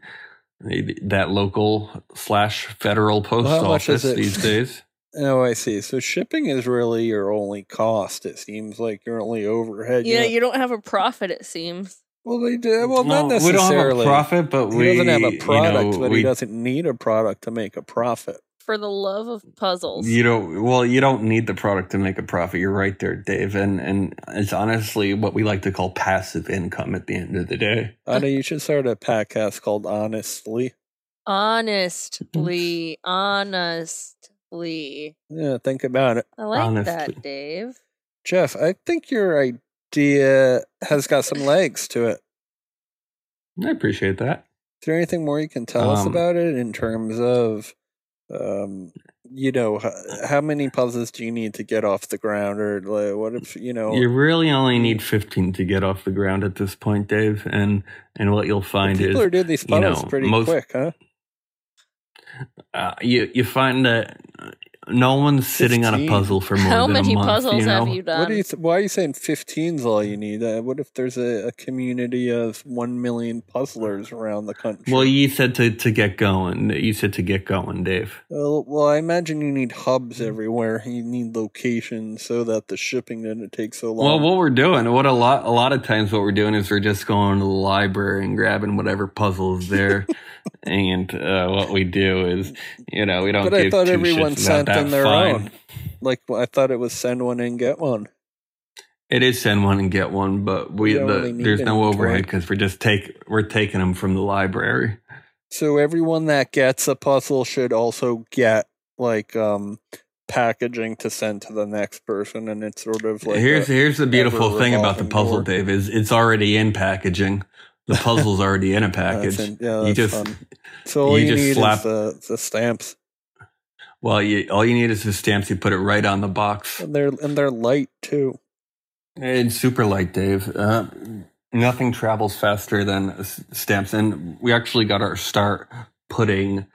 D: the- that local slash federal post
C: Well, how much
D: office
C: is it?
D: these days.
C: Oh, I see. So shipping is really your only cost. It seems like your only overhead.
G: Yeah,
C: You-
G: you don't have a profit. It seems.
C: Well, they do. Eh, Well, not
D: we don't
C: necessarily.
D: have a profit, but we
C: he doesn't have a product,
D: You know,
C: but
D: we,
C: he doesn't need a product to make a profit.
G: For the love of puzzles,
D: You don't. Well, you don't need the product to make a profit. You're right there, Dave. And and it's honestly what we like to call passive income at the end of the day.
C: I know you should start a podcast called Honestly.
G: honestly, honestly,
C: Yeah, think about it,
G: I like
D: Honestly.
G: that, Dave.
C: Jeff. I think your idea has got some legs to it.
D: I appreciate that.
C: Is there anything more you can tell us
D: Um,
C: about it in terms of, um, you know, h- how many puzzles do you need to get off the ground, or like, what if you know?
D: You really only need 15 to get off the ground at this point, Dave. And and what you'll
C: the
D: find is
C: people who do these
D: you know,
C: puzzles pretty
D: most-
C: quick, huh?
D: uh, you you find that uh, no one's sitting on a
C: 15.
D: puzzle for more
G: How
D: than
G: many
D: a month.
G: puzzles
D: you know?
G: have you done?
C: What
E: Um,
C: do you th- why are you saying 15's all you need? Uh, what if there's a, a community of 1 million puzzlers around the country?
D: Well, you said to, to get going. You said to get going, Dave.
C: well, well, I imagine you need hubs
D: Mm.
C: everywhere. You need locations so that the shipping doesn't take so
D: Well,
C: long.
D: what we're doing, what a lot, a lot of times, what we're doing is we're just going to the library and grabbing whatever puzzles there. and uh, what we do is, you know, we don't.
C: But I
D: give
C: thought
D: two
C: everyone
D: shits about
C: sent in
D: that
C: their
D: fine.
C: own. like I thought it was send one and get one.
D: It is send one and get one, but we,
C: You don't
D: the,
C: really need
D: there's no
C: inventory.
D: overhead because we're just take we're taking them from the library.
C: So everyone that gets a puzzle should also get like um packaging to send to the next person and it's sort of like
D: here's
C: a-
D: here's the beautiful
C: ever
D: thing about the
C: revolving
D: puzzle,
C: door.
D: Dave, is it's already in packaging. The puzzle's already in a
C: that's
D: package.
C: in- uh, yeah,
D: you
C: that's
D: just
C: fun. So all
D: you
C: you,
D: just
C: need
D: slap-
C: is the, the stamps.
D: well, you, all you need is the stamps. You put it right on the box.
C: And they're and they're light too.
D: It's super light, Dave. Uh, nothing travels faster than s- stamps, and we actually got our start putting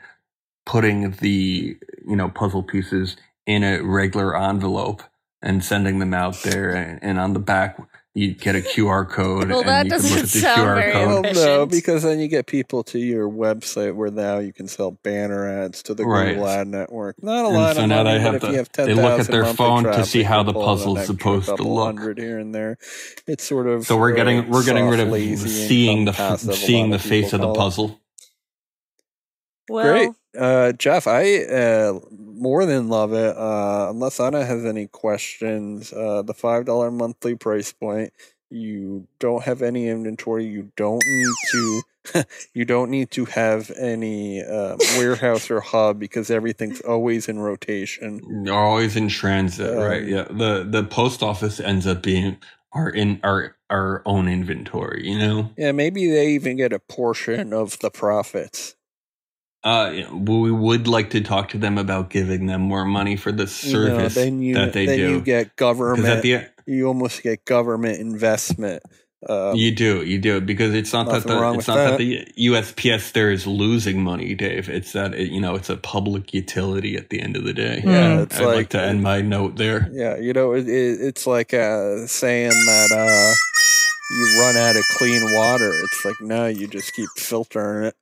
D: putting the you know puzzle pieces in a regular envelope and sending them out there, and, and on the back you get a QR code.
G: Well,
D: and
G: that
D: you can look
G: doesn't
D: at the
G: sound
D: QR
G: very
D: code.
C: Well, no,
G: efficient.
C: because then you get people to your website where now you can sell banner ads to the
D: Right.
C: Google Ad Network. Not a
D: And
C: lot
D: so
C: of
D: now
C: money, but
D: they have
C: if
D: to-
C: you have
D: they
C: 10,000
D: look at their
C: monthly
D: phone to
C: traffic,
D: see how
C: you
D: the
C: pull in an
D: puzzle's
C: extra
D: supposed to
C: couple
D: look.
C: Hundred here and there, it's sort of
D: So we're getting
C: uh,
D: we're getting rid
C: soft,
D: of
C: lazy
D: seeing the
C: income
D: f-
C: passive, a
D: seeing
C: lot
D: the
C: of
D: face
C: people
D: of the
C: call it.
D: puzzle.
E: Well,
C: Great. Uh, Jeff, I uh, more than love it. Uh, unless Anna has any questions, uh, the $5 monthly price point. You don't have any inventory. You don't need to. you don't need to have any uh, warehouse or hub because everything's always in rotation.
D: They're always in transit,
C: Um,
D: right? Yeah. The the post office ends up being our in our our own inventory, you know.
C: Yeah, maybe they even get a portion of the profits.
D: Uh yeah, we would like to talk to them about giving them more money for the
C: You know,
D: service
C: then you
D: that they
C: then
D: do.
C: you get
D: Because at e,
C: government.
D: the
C: you almost get government investment Um,
D: you do, you do, because it's not that
C: Nothing
D: the
C: wrong
D: it's
C: with
D: not that.
C: that.
D: the USPS there is losing money, Dave. It's that it, you know it's a public utility at the end of the day.
C: Yeah, Hmm. it's
D: I'd like,
C: like-
D: to end my note there.
C: Yeah, you know, it, it, it's like uh, saying that uh, you run out of clean water. It's like no, you just keep filtering it.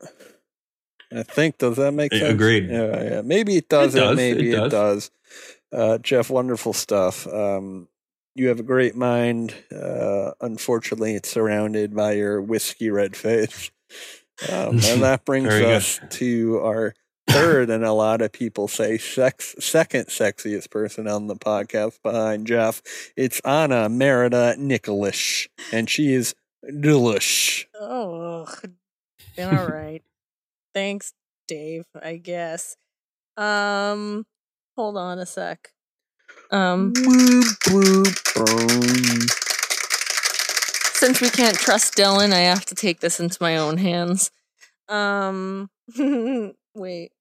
C: I think does that make
D: Uh,
C: sense?
D: agreed.
C: Yeah, yeah. Maybe it doesn't.
D: does,
C: Maybe
D: it
C: it does.
D: does.
C: Uh, Jeff, wonderful stuff. Um, you have a great mind. Uh, unfortunately, it's surrounded by your whiskey red face. Um, and that brings
D: Very good.
C: us to our third, and a lot of people say sex, second sexiest person on the podcast behind Jeff. It's Anna Merida Nikolish, and she is delish.
E: Oh, been all right. Thanks, Dave. I guess. Um, hold on a sec. Um,
C: Mm-hmm.
G: Since we can't trust Dylan, I have to take this into my own hands.
E: um, wait.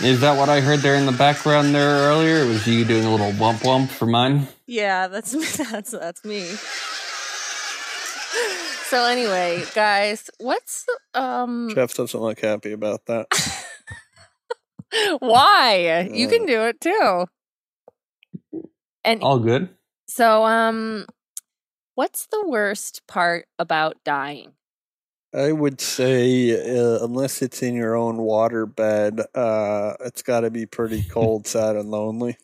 D: Is that what I heard there in the background there earlier? It was you doing a little wump wump for mine.
E: Yeah, that's that's that's me.
G: So anyway, guys, what's um
C: Jeff doesn't look happy about that.
G: why? You can do it too. And
D: All good.
G: so um what's the worst part about dying?
C: I would say, uh, unless it's in your own water bed, uh, it's got to be pretty cold, sad, and lonely,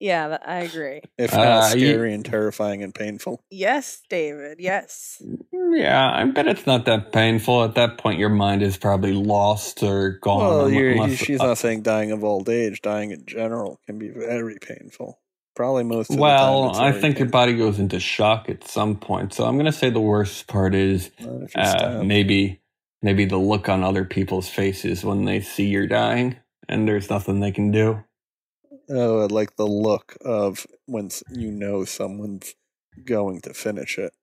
E: Yeah, tha- I agree.
C: if not
D: Uh, you-
C: scary and terrifying and painful.
E: Yes, David. Yes.
D: Yeah, I bet it's not that painful. At that point, your mind is probably lost or gone.
C: Well,
D: unle-
C: you're,
D: unless- uh,
C: she's not saying dying of old age. Dying in general can be very painful. Probably most. Of the time
D: Well,
C: it's
D: I
C: very
D: think your
C: painful.
D: body goes into shock at some point. So I'm going to say the worst part is
C: Not if you're
D: uh,
C: stabbed.
D: maybe maybe the look on other people's faces when they see you're dying and there's nothing they can do.
C: Oh, I like the look of when s- you know someone's going to finish it.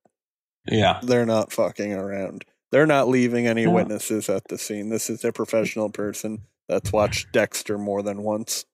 D: Yeah.
C: They're not fucking around. They're not leaving any
D: No.
C: witnesses at the scene. This is a professional person that's watched Dexter more than once.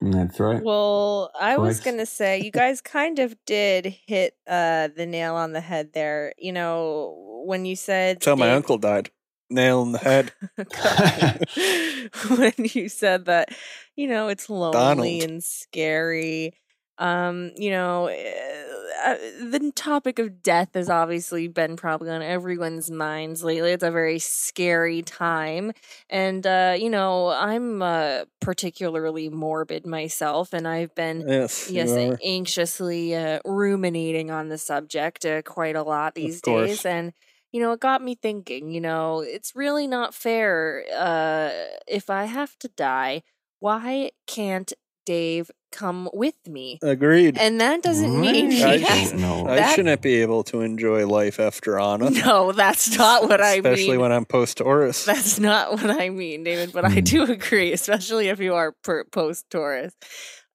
D: That's right.
E: Well, I was
D: Correct.
E: going to say you guys kind of did hit uh the nail on the head there. You know, when you said
C: That's how my
E: Dave-
C: uncle died. Nail in the head.
E: God. when you said that, you know, it's lonely
C: Donald.
E: and scary. Um, you know, eh, uh, the topic of death has obviously been probably on everyone's minds lately. It's a very scary time. And, uh, you know, I'm uh, particularly morbid myself, and I've been
C: Yes. you
E: yes a-
C: are.
E: anxiously uh, ruminating on the subject uh, quite a lot these
C: course.
E: days and you know it got me thinking you know it's really not fair uh if i have to die why can't dave come with me
C: Agreed.
E: and that doesn't mean he
C: I
E: has
C: don't
D: know.
C: I
E: that-
C: shouldn't be able to enjoy life after Anna.
E: no that's not what i
C: especially
E: mean
C: when I'm post Taurus. Hmm.
E: That's not what I mean, David, but I
D: Mm.
E: do agree, especially if you are per- post Taurus.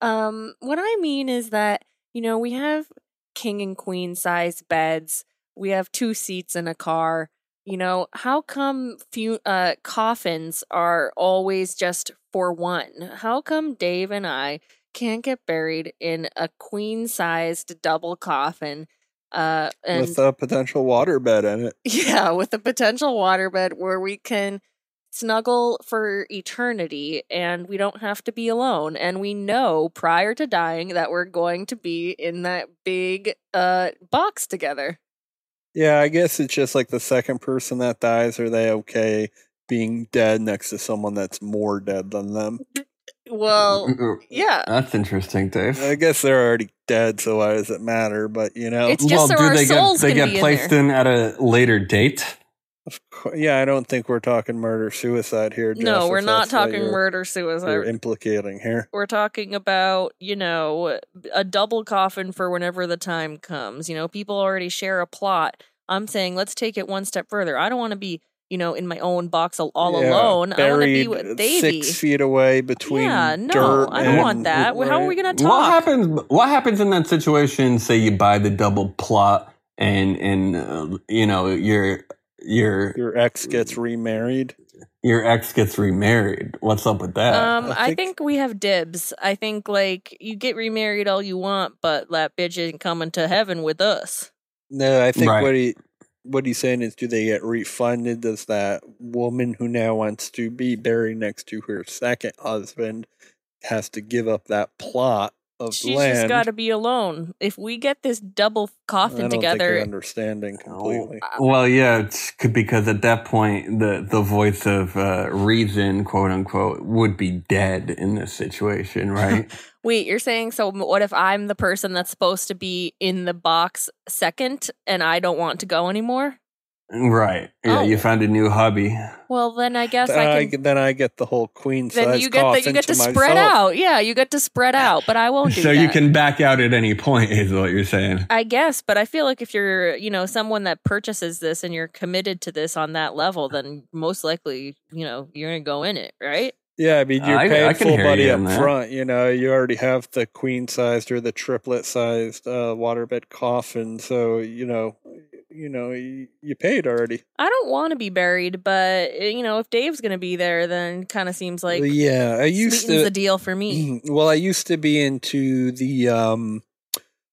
E: Um, what I mean is that, you know, we have king and queen size beds, we have two seats in a car. You know, how come few, uh, coffins are always just for one? How come Dave and I can't get buried in a queen sized double coffin? Uh, and
C: with a potential waterbed in it.
E: yeah, with a potential waterbed where we can snuggle for eternity and we don't have to be alone and we know prior to dying that we're going to be in that big uh box together.
C: Yeah, I guess it's just like the second person that dies, are they okay being dead next to someone that's more dead than them?
E: Well, yeah.
D: Mm, That's interesting, Dave.
C: I guess they're already dead, so why does it matter? But you know,
E: It's just so our
D: they
E: souls
D: get they
E: can
D: get
E: be in
D: placed
E: there.
D: in, at a later date?
C: of cour- yeah, I don't think we're talking murder suicide here. Jeff,
E: No,
C: if
E: we're not
C: that's what
E: talking
C: you're-
E: murder
C: You're
E: suicide.
C: implicating here.
E: We're talking about, you know, a double coffin for whenever the time comes. You know, people already share a plot. I'm saying let's take it one step further. I don't want to be, you know, in my own box all all
C: Yeah,
E: alone. I want to be
C: Buried
E: with Davy.
C: six feet away between
E: yeah, no,
C: dirt
E: I don't want
C: and-
E: that. Well, How are we gonna talk?
D: What happens? What happens in that situation? Say you buy the double plot, and and uh, you know your your
C: Your ex gets remarried.
D: your ex gets remarried. What's up with that?
E: um,
C: I
E: I think,
C: think-
E: we have dibs. I think like you get remarried all you want, but that bitch ain't coming to heaven with us.
C: No, I think
D: Right.
C: what he what he's saying is, do they get refunded? Does that woman who now wants to be buried next to her second husband has to give up that plot of
E: She's
C: land?
E: just got to be alone. If we get this double
C: I
E: coffin
C: don't think you're
E: together,
C: understanding
D: Oh.
E: uh,
C: completely.
D: Well, yeah, it's c- because at that point, the the voice of uh, reason, quote unquote, would be dead in this situation, right?
E: wait, you're saying so? m- What if I'm the person that's supposed to be in the box second, and I don't want to go anymore?
D: right. Yeah,
E: Oh.
D: you found a new hobby.
E: Well, then I guess
C: Then
E: I
C: I,
E: can.
C: get- then I get the whole queen
E: then
C: size
E: you get the,
C: coffin
E: you get to,
C: myself.
E: spread out. Yeah, you get to spread out. But I won't do
D: So
E: that.
D: you can back out at any point, is what you're saying.
E: I guess, but I feel like if you're, you know, someone that purchases this and you're committed to this on that level, then most likely, you know, you're gonna go in it, right?
C: Yeah, I mean, you're
D: I- I
C: paid
D: can
C: full
D: hear
C: money
D: you
C: up
D: on that.
C: front. You know, you already have the queen sized or the triplet sized uh, waterbed coffin. So you know, you know, you, you paid already.
E: I don't want to be buried, but eh, you know, if Dave's gonna be there, then kind of seems like
C: yeah, I used
E: sweetens
C: to.
E: the deal for me.
C: well, I used to be into the um,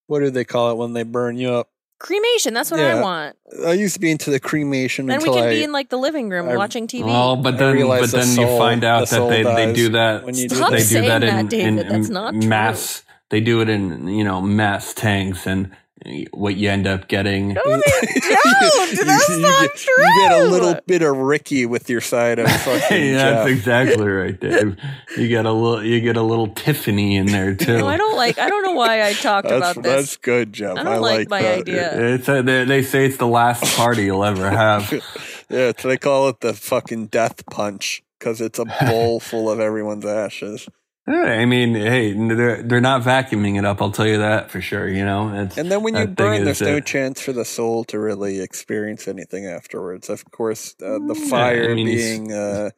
C: what do they call it when they burn you up?
E: Cremation, that's what I
C: Yeah.
E: want.
C: I used to be into the cremation
E: Then we
C: until
E: can
C: I
E: be in like the living room
C: I-
E: watching TV.
D: Oh, but
C: I
D: then,
C: realize
D: but
C: the
D: then you
C: soul-
D: find
C: the
D: out that
C: soul
D: they, they
C: dies
D: do that.
C: when you do
E: Stop
D: they
C: things.
D: do that
E: saying
D: in,
E: that, David.
D: in-
E: That's
D: in
E: not true.
D: mass. They do it in you know mass tanks, and uh, what you end up getting.
E: Don't it- don't!
C: Oh, You-
E: That's
C: you
E: not
C: get- You get a
E: true!
C: little bit of Ricky with your side of fucking
D: Hey, that's
C: Jeff.
D: exactly right, Dave. You get a little, you get a little Tiffany in there too.
E: No, I don't like I don't know why I talked
C: That's,
E: about
C: that's
E: this.
C: good, Jeff.
E: I
C: I,
E: don't like my
C: that.
E: idea.
D: It's a, they, they say it's the last party you'll ever have.
C: yeah, so they call it the fucking death punch because it's a bowl full of everyone's ashes.
D: I mean, hey, they're they're not vacuuming it up. I'll tell you that for sure. You know, it's
C: And then when you
D: That thing
C: burn,
D: is,
C: there's no
D: uh,
C: chance for the soul to really experience anything afterwards. Of course, uh, the fire
D: Mm. I mean, it's-
C: being uh,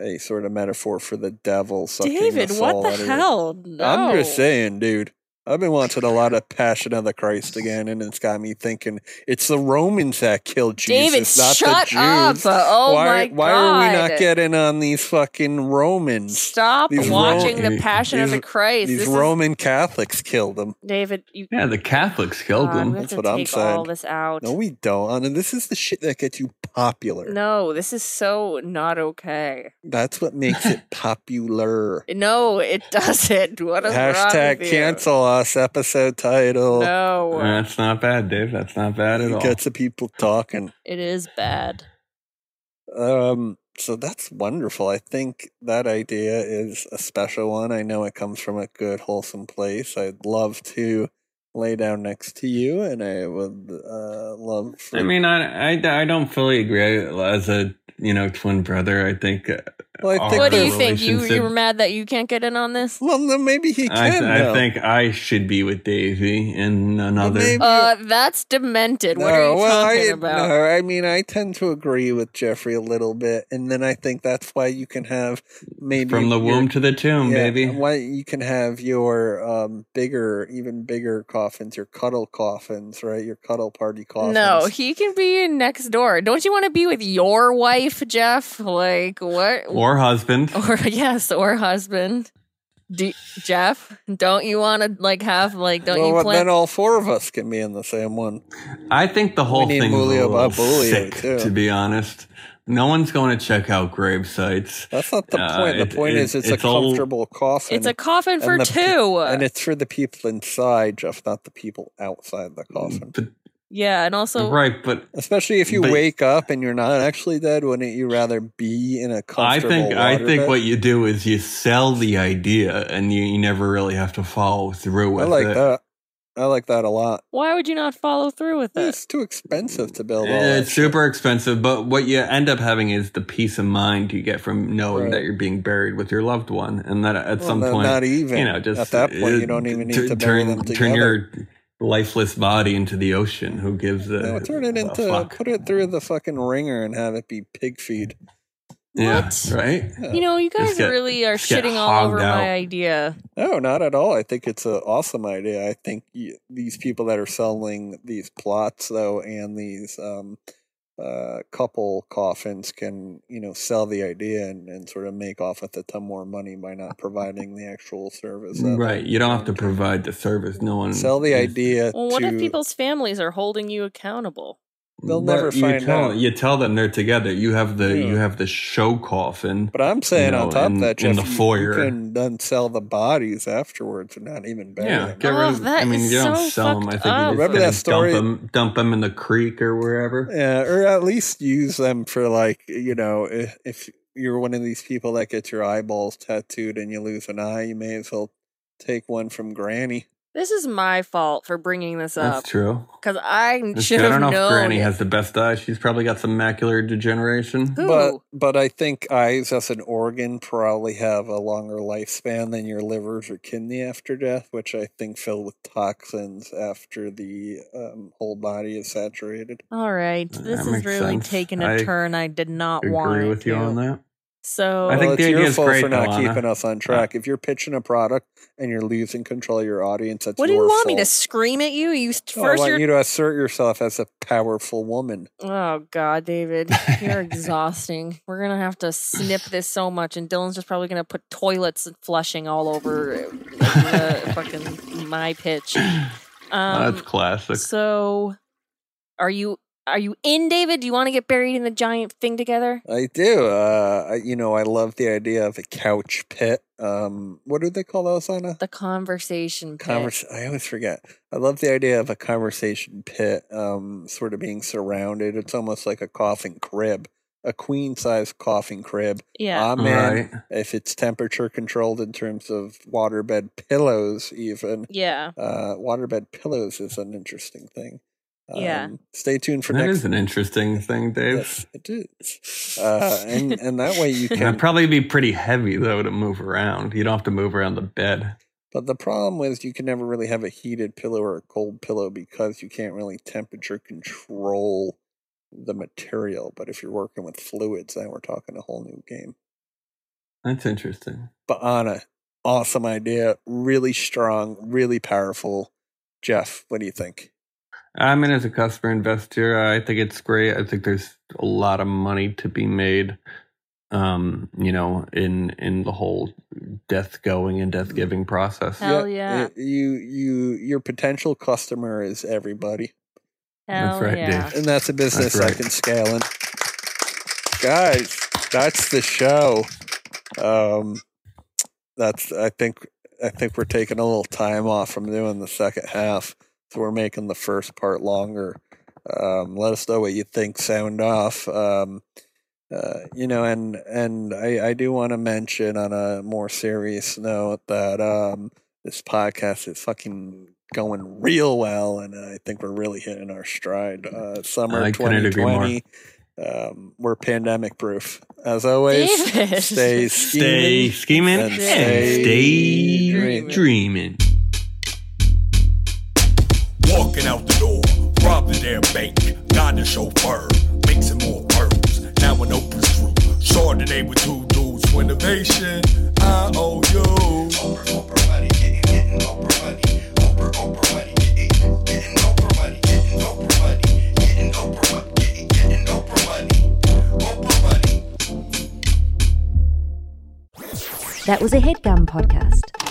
C: a sort of metaphor for the devil sucking the
E: David,
C: soul
E: what
C: out of
E: the
C: you.
E: hell? No.
C: I'm just saying, dude. I've been watching a lot of Passion of the Christ again, and it's got me thinking it's the Romans that killed Jesus,
G: David,
C: not
G: shut
C: the
G: up.
C: Jews.
G: Oh my
C: why, why are we not
G: God.
C: getting on these fucking Romans?
G: Stop
C: These
G: watching
D: Ro-
G: the Passion of
C: these-
G: the Christ.
C: These
G: This is
C: Roman Catholics killed them.
G: David. You
D: yeah, the Catholics killed
E: Oh,
G: God,
E: uh,
D: them.
G: we have
C: That's
G: to
C: what I'm
G: take
C: saying.
G: all this out.
C: No, we don't. And this is the shit that gets you popular.
G: No, this is so not okay.
C: That's what makes it popular.
G: No, it doesn't. What is wrong
C: Hashtag
G: with you?
C: cancel us episode title.
G: No,
D: That's not bad, Dave. That's not bad at
C: It
D: all.
C: gets the people talking.
E: It is bad.
C: Um, so that's wonderful. I think that idea is a special one. I know it comes from a good, wholesome place. I'd love to lay down next to you, and I would uh, love. For,
D: I mean, I, I I don't fully agree as a you know twin brother. I think. uh,
C: Well, I think
E: What do
C: there's-
E: you think? You
D: relationship-
E: you were mad that you can't get in on this?
C: Well, no, maybe he
D: I,
C: can.
D: I
C: though.
D: think I should be with Davey and
C: But
D: another.
C: maybe-
G: Uh, that's demented. what are
C: No,
G: you
C: well,
G: talking
C: I,
G: about?
C: No, I mean, I tend to agree with Jeffrey a little bit, and then I think that's why you can have maybe
D: From the
C: your-
D: womb to the tomb,
C: yeah,
D: baby.
C: Why you can have your um, bigger, even bigger coffins, your cuddle coffins, right? Your cuddle party coffins.
G: No, he can be in next door. Don't you want to be with your wife, Jeff? Like what?
D: or husband.
C: oh.
G: or yes, or husband. Do, Jeff, don't you want to like have like don't
C: well,
G: you
C: then
G: plan?
C: all four of us can be in the same one.
D: I think the whole
C: need
D: thing is a
C: Julio
D: little
C: Babulio,
D: sick,
C: too.
D: to be honest. No one's going to check out grave sites.
C: That's not the
D: Uh,
C: point. The
D: it-
C: point
D: it-
C: is, it's,
D: it's
C: a
D: all-
C: comfortable coffin.
G: It's a coffin for
C: the pe-
G: two.
C: and it's for the people inside, Jeff, not the people outside the coffin.
D: But,
E: Yeah, and also
D: right, but
C: Especially if you
D: But-
C: wake up and you're not actually dead, wouldn't you rather be in a
D: I
C: comfortable
D: think I
C: water
D: think
C: bed?
D: what you do is you sell the idea, and you, you never really have to follow through
C: I
D: with
C: like
D: it.
C: that. I like that a lot.
E: why would you not follow through with it?
C: It's too expensive to build. all that
D: Uh, It's super expensive, but what you end up having is the peace of mind you get from knowing
C: Right.
D: that you're being buried with your loved one, and that at
C: shit. Well,
D: some
C: no,
D: point,
C: not even.
D: you know, just
C: at that point,
D: uh,
C: you don't even need
D: tu-
C: to bury
D: turn
C: them together.
D: turn your lifeless body into the ocean. Who gives a,
C: no, turn it
D: a
C: into
D: uh, fuck?
C: put it through the fucking ringer and have it be pig feed.
D: Yeah,
E: What?
D: right.
E: You know, you
D: Just
E: guys
D: get-
E: really are
D: just get
E: shitting all over
D: hogged out.
E: my idea.
C: No, not at all. I think it's an awesome idea. I think y these people that are selling these plots though, and these um, uh, couple coffins can you know sell the idea and, and sort of make off with it to more money by not providing the actual service of it.
D: Right. You don't have to provide the service. No one
C: sell the idea
E: Well, what
C: to,
E: if people's families are holding you accountable?
C: They'll
D: But
C: never
D: you
C: find
D: tell,
C: out.
D: You tell them they're together. You have the
C: Yeah.
D: you have the show coffin.
C: but i'm saying
D: you
C: on
D: know,
C: top
D: in-
C: of that
D: in
C: Jeff,
D: the
C: you-
D: foyer.
C: you can then sell the bodies afterwards and not even bury
D: Yeah,
C: them.
D: get
E: Oh,
D: rid of.
E: that
D: I mean,
E: is
D: you don't
E: so
D: sell them. I
E: fucked
D: think
E: up.
D: you just
C: Remember
D: kinda
C: that story-
D: Dump them, in the creek or wherever.
C: Yeah, or at least use them for like you know, if, if you're one of these people that gets your eyeballs tattooed and you lose an eye, you may as well take one from Granny.
E: This is my fault for bringing this up
D: That's true.
E: because I
D: That's
E: should
D: true. I
E: have
D: don't know if
E: known.
D: Granny
E: it.
D: has the best eye. She's probably got some macular degeneration.
E: Who?
C: But but I think eyes as an organ probably have a longer lifespan than your livers or kidney after death, which I think fill with toxins after the um, whole body is saturated.
E: All right,
D: That
E: this is
D: makes
E: really
D: sense.
E: taking a
D: I
E: turn I did not want.
D: Agree
E: it
D: with you
E: to.
D: on that.
E: So
D: I think
C: well,
D: the
C: it's your
D: idea's
C: fault
D: great,
C: for not
D: though, Anna.
C: keeping us on track. If you're pitching a product and you're losing control of your audience, that's
E: What do you
C: your
E: want me
C: fault.
E: to scream at you? You st-
D: Oh,
C: No,
E: first,
C: Oh, I want
E: you're.
C: you to assert yourself as a powerful woman.
E: oh God, David, you're exhausting. We're gonna have to snip this so much, and Dylan's just probably gonna put toilets and flushing all over uh, like, the fucking my pitch. Um,
D: That's classic.
E: so, are you are you in, David? Do you want to get buried in the giant thing together?
C: I do. Uh, I, you know, I love the idea of a couch pit. Um, what do they call those on a
E: The conversation. pit.
C: convers? I always forget. I love the idea of a conversation pit, um, sort of being surrounded. It's almost like a coffin crib, a queen size coffin crib.
E: Yeah.
C: Amen.
D: Right.
C: If it's temperature controlled in terms of waterbed pillows, even
E: yeah.
C: uh, waterbed pillows is an interesting thing. Um,
E: Yeah.
C: Stay tuned for
D: That
C: next
D: is an interesting thing, Dave.
C: Yes, it is. Uh, and and that way you
D: It'd
C: can.
D: probably be pretty heavy though to move around. You don't have to move around the bed.
C: But the problem is you can never really have a heated pillow or a cold pillow because you can't really temperature control the material. But if you're working with fluids, then we're talking a whole new game.
D: That's interesting.
C: But Anna, awesome idea, really strong, really powerful. Jeff, what do you think?
D: I mean, as a customer investor, I think it's great. I think there's a lot of money to be made. Um, you know, in in the whole death going and death giving process.
E: Hell yeah.
C: uh, You you your potential customer is everybody.
E: Hell
D: That's right,
E: yeah.
D: Dave.
C: And that's a business
D: That's right.
C: I can scale in. Guys, that's the show. Um, that's I think I think we're taking a little time off from doing the second half, so we're making the first part longer. Um, let us know what you think. Sound off. Um, uh, you know, and and I, I do want to mention on a more serious note that um, this podcast is fucking going real well, and I think we're really hitting our stride. Uh, summer
D: I couldn't agree more.
C: 2020, um, we're pandemic proof. As always,
E: David.
C: stay
D: Stay
C: scheming.
D: scheming
C: and
D: and
C: stay
D: stay
C: dreaming.
D: dreaming.
B: Walking out the door, robbing their bank, got a chauffeur, mixing more pearls. Now an open screw. Chardonnay with two dudes for innovation. I owe you.
A: That was a headgum podcast.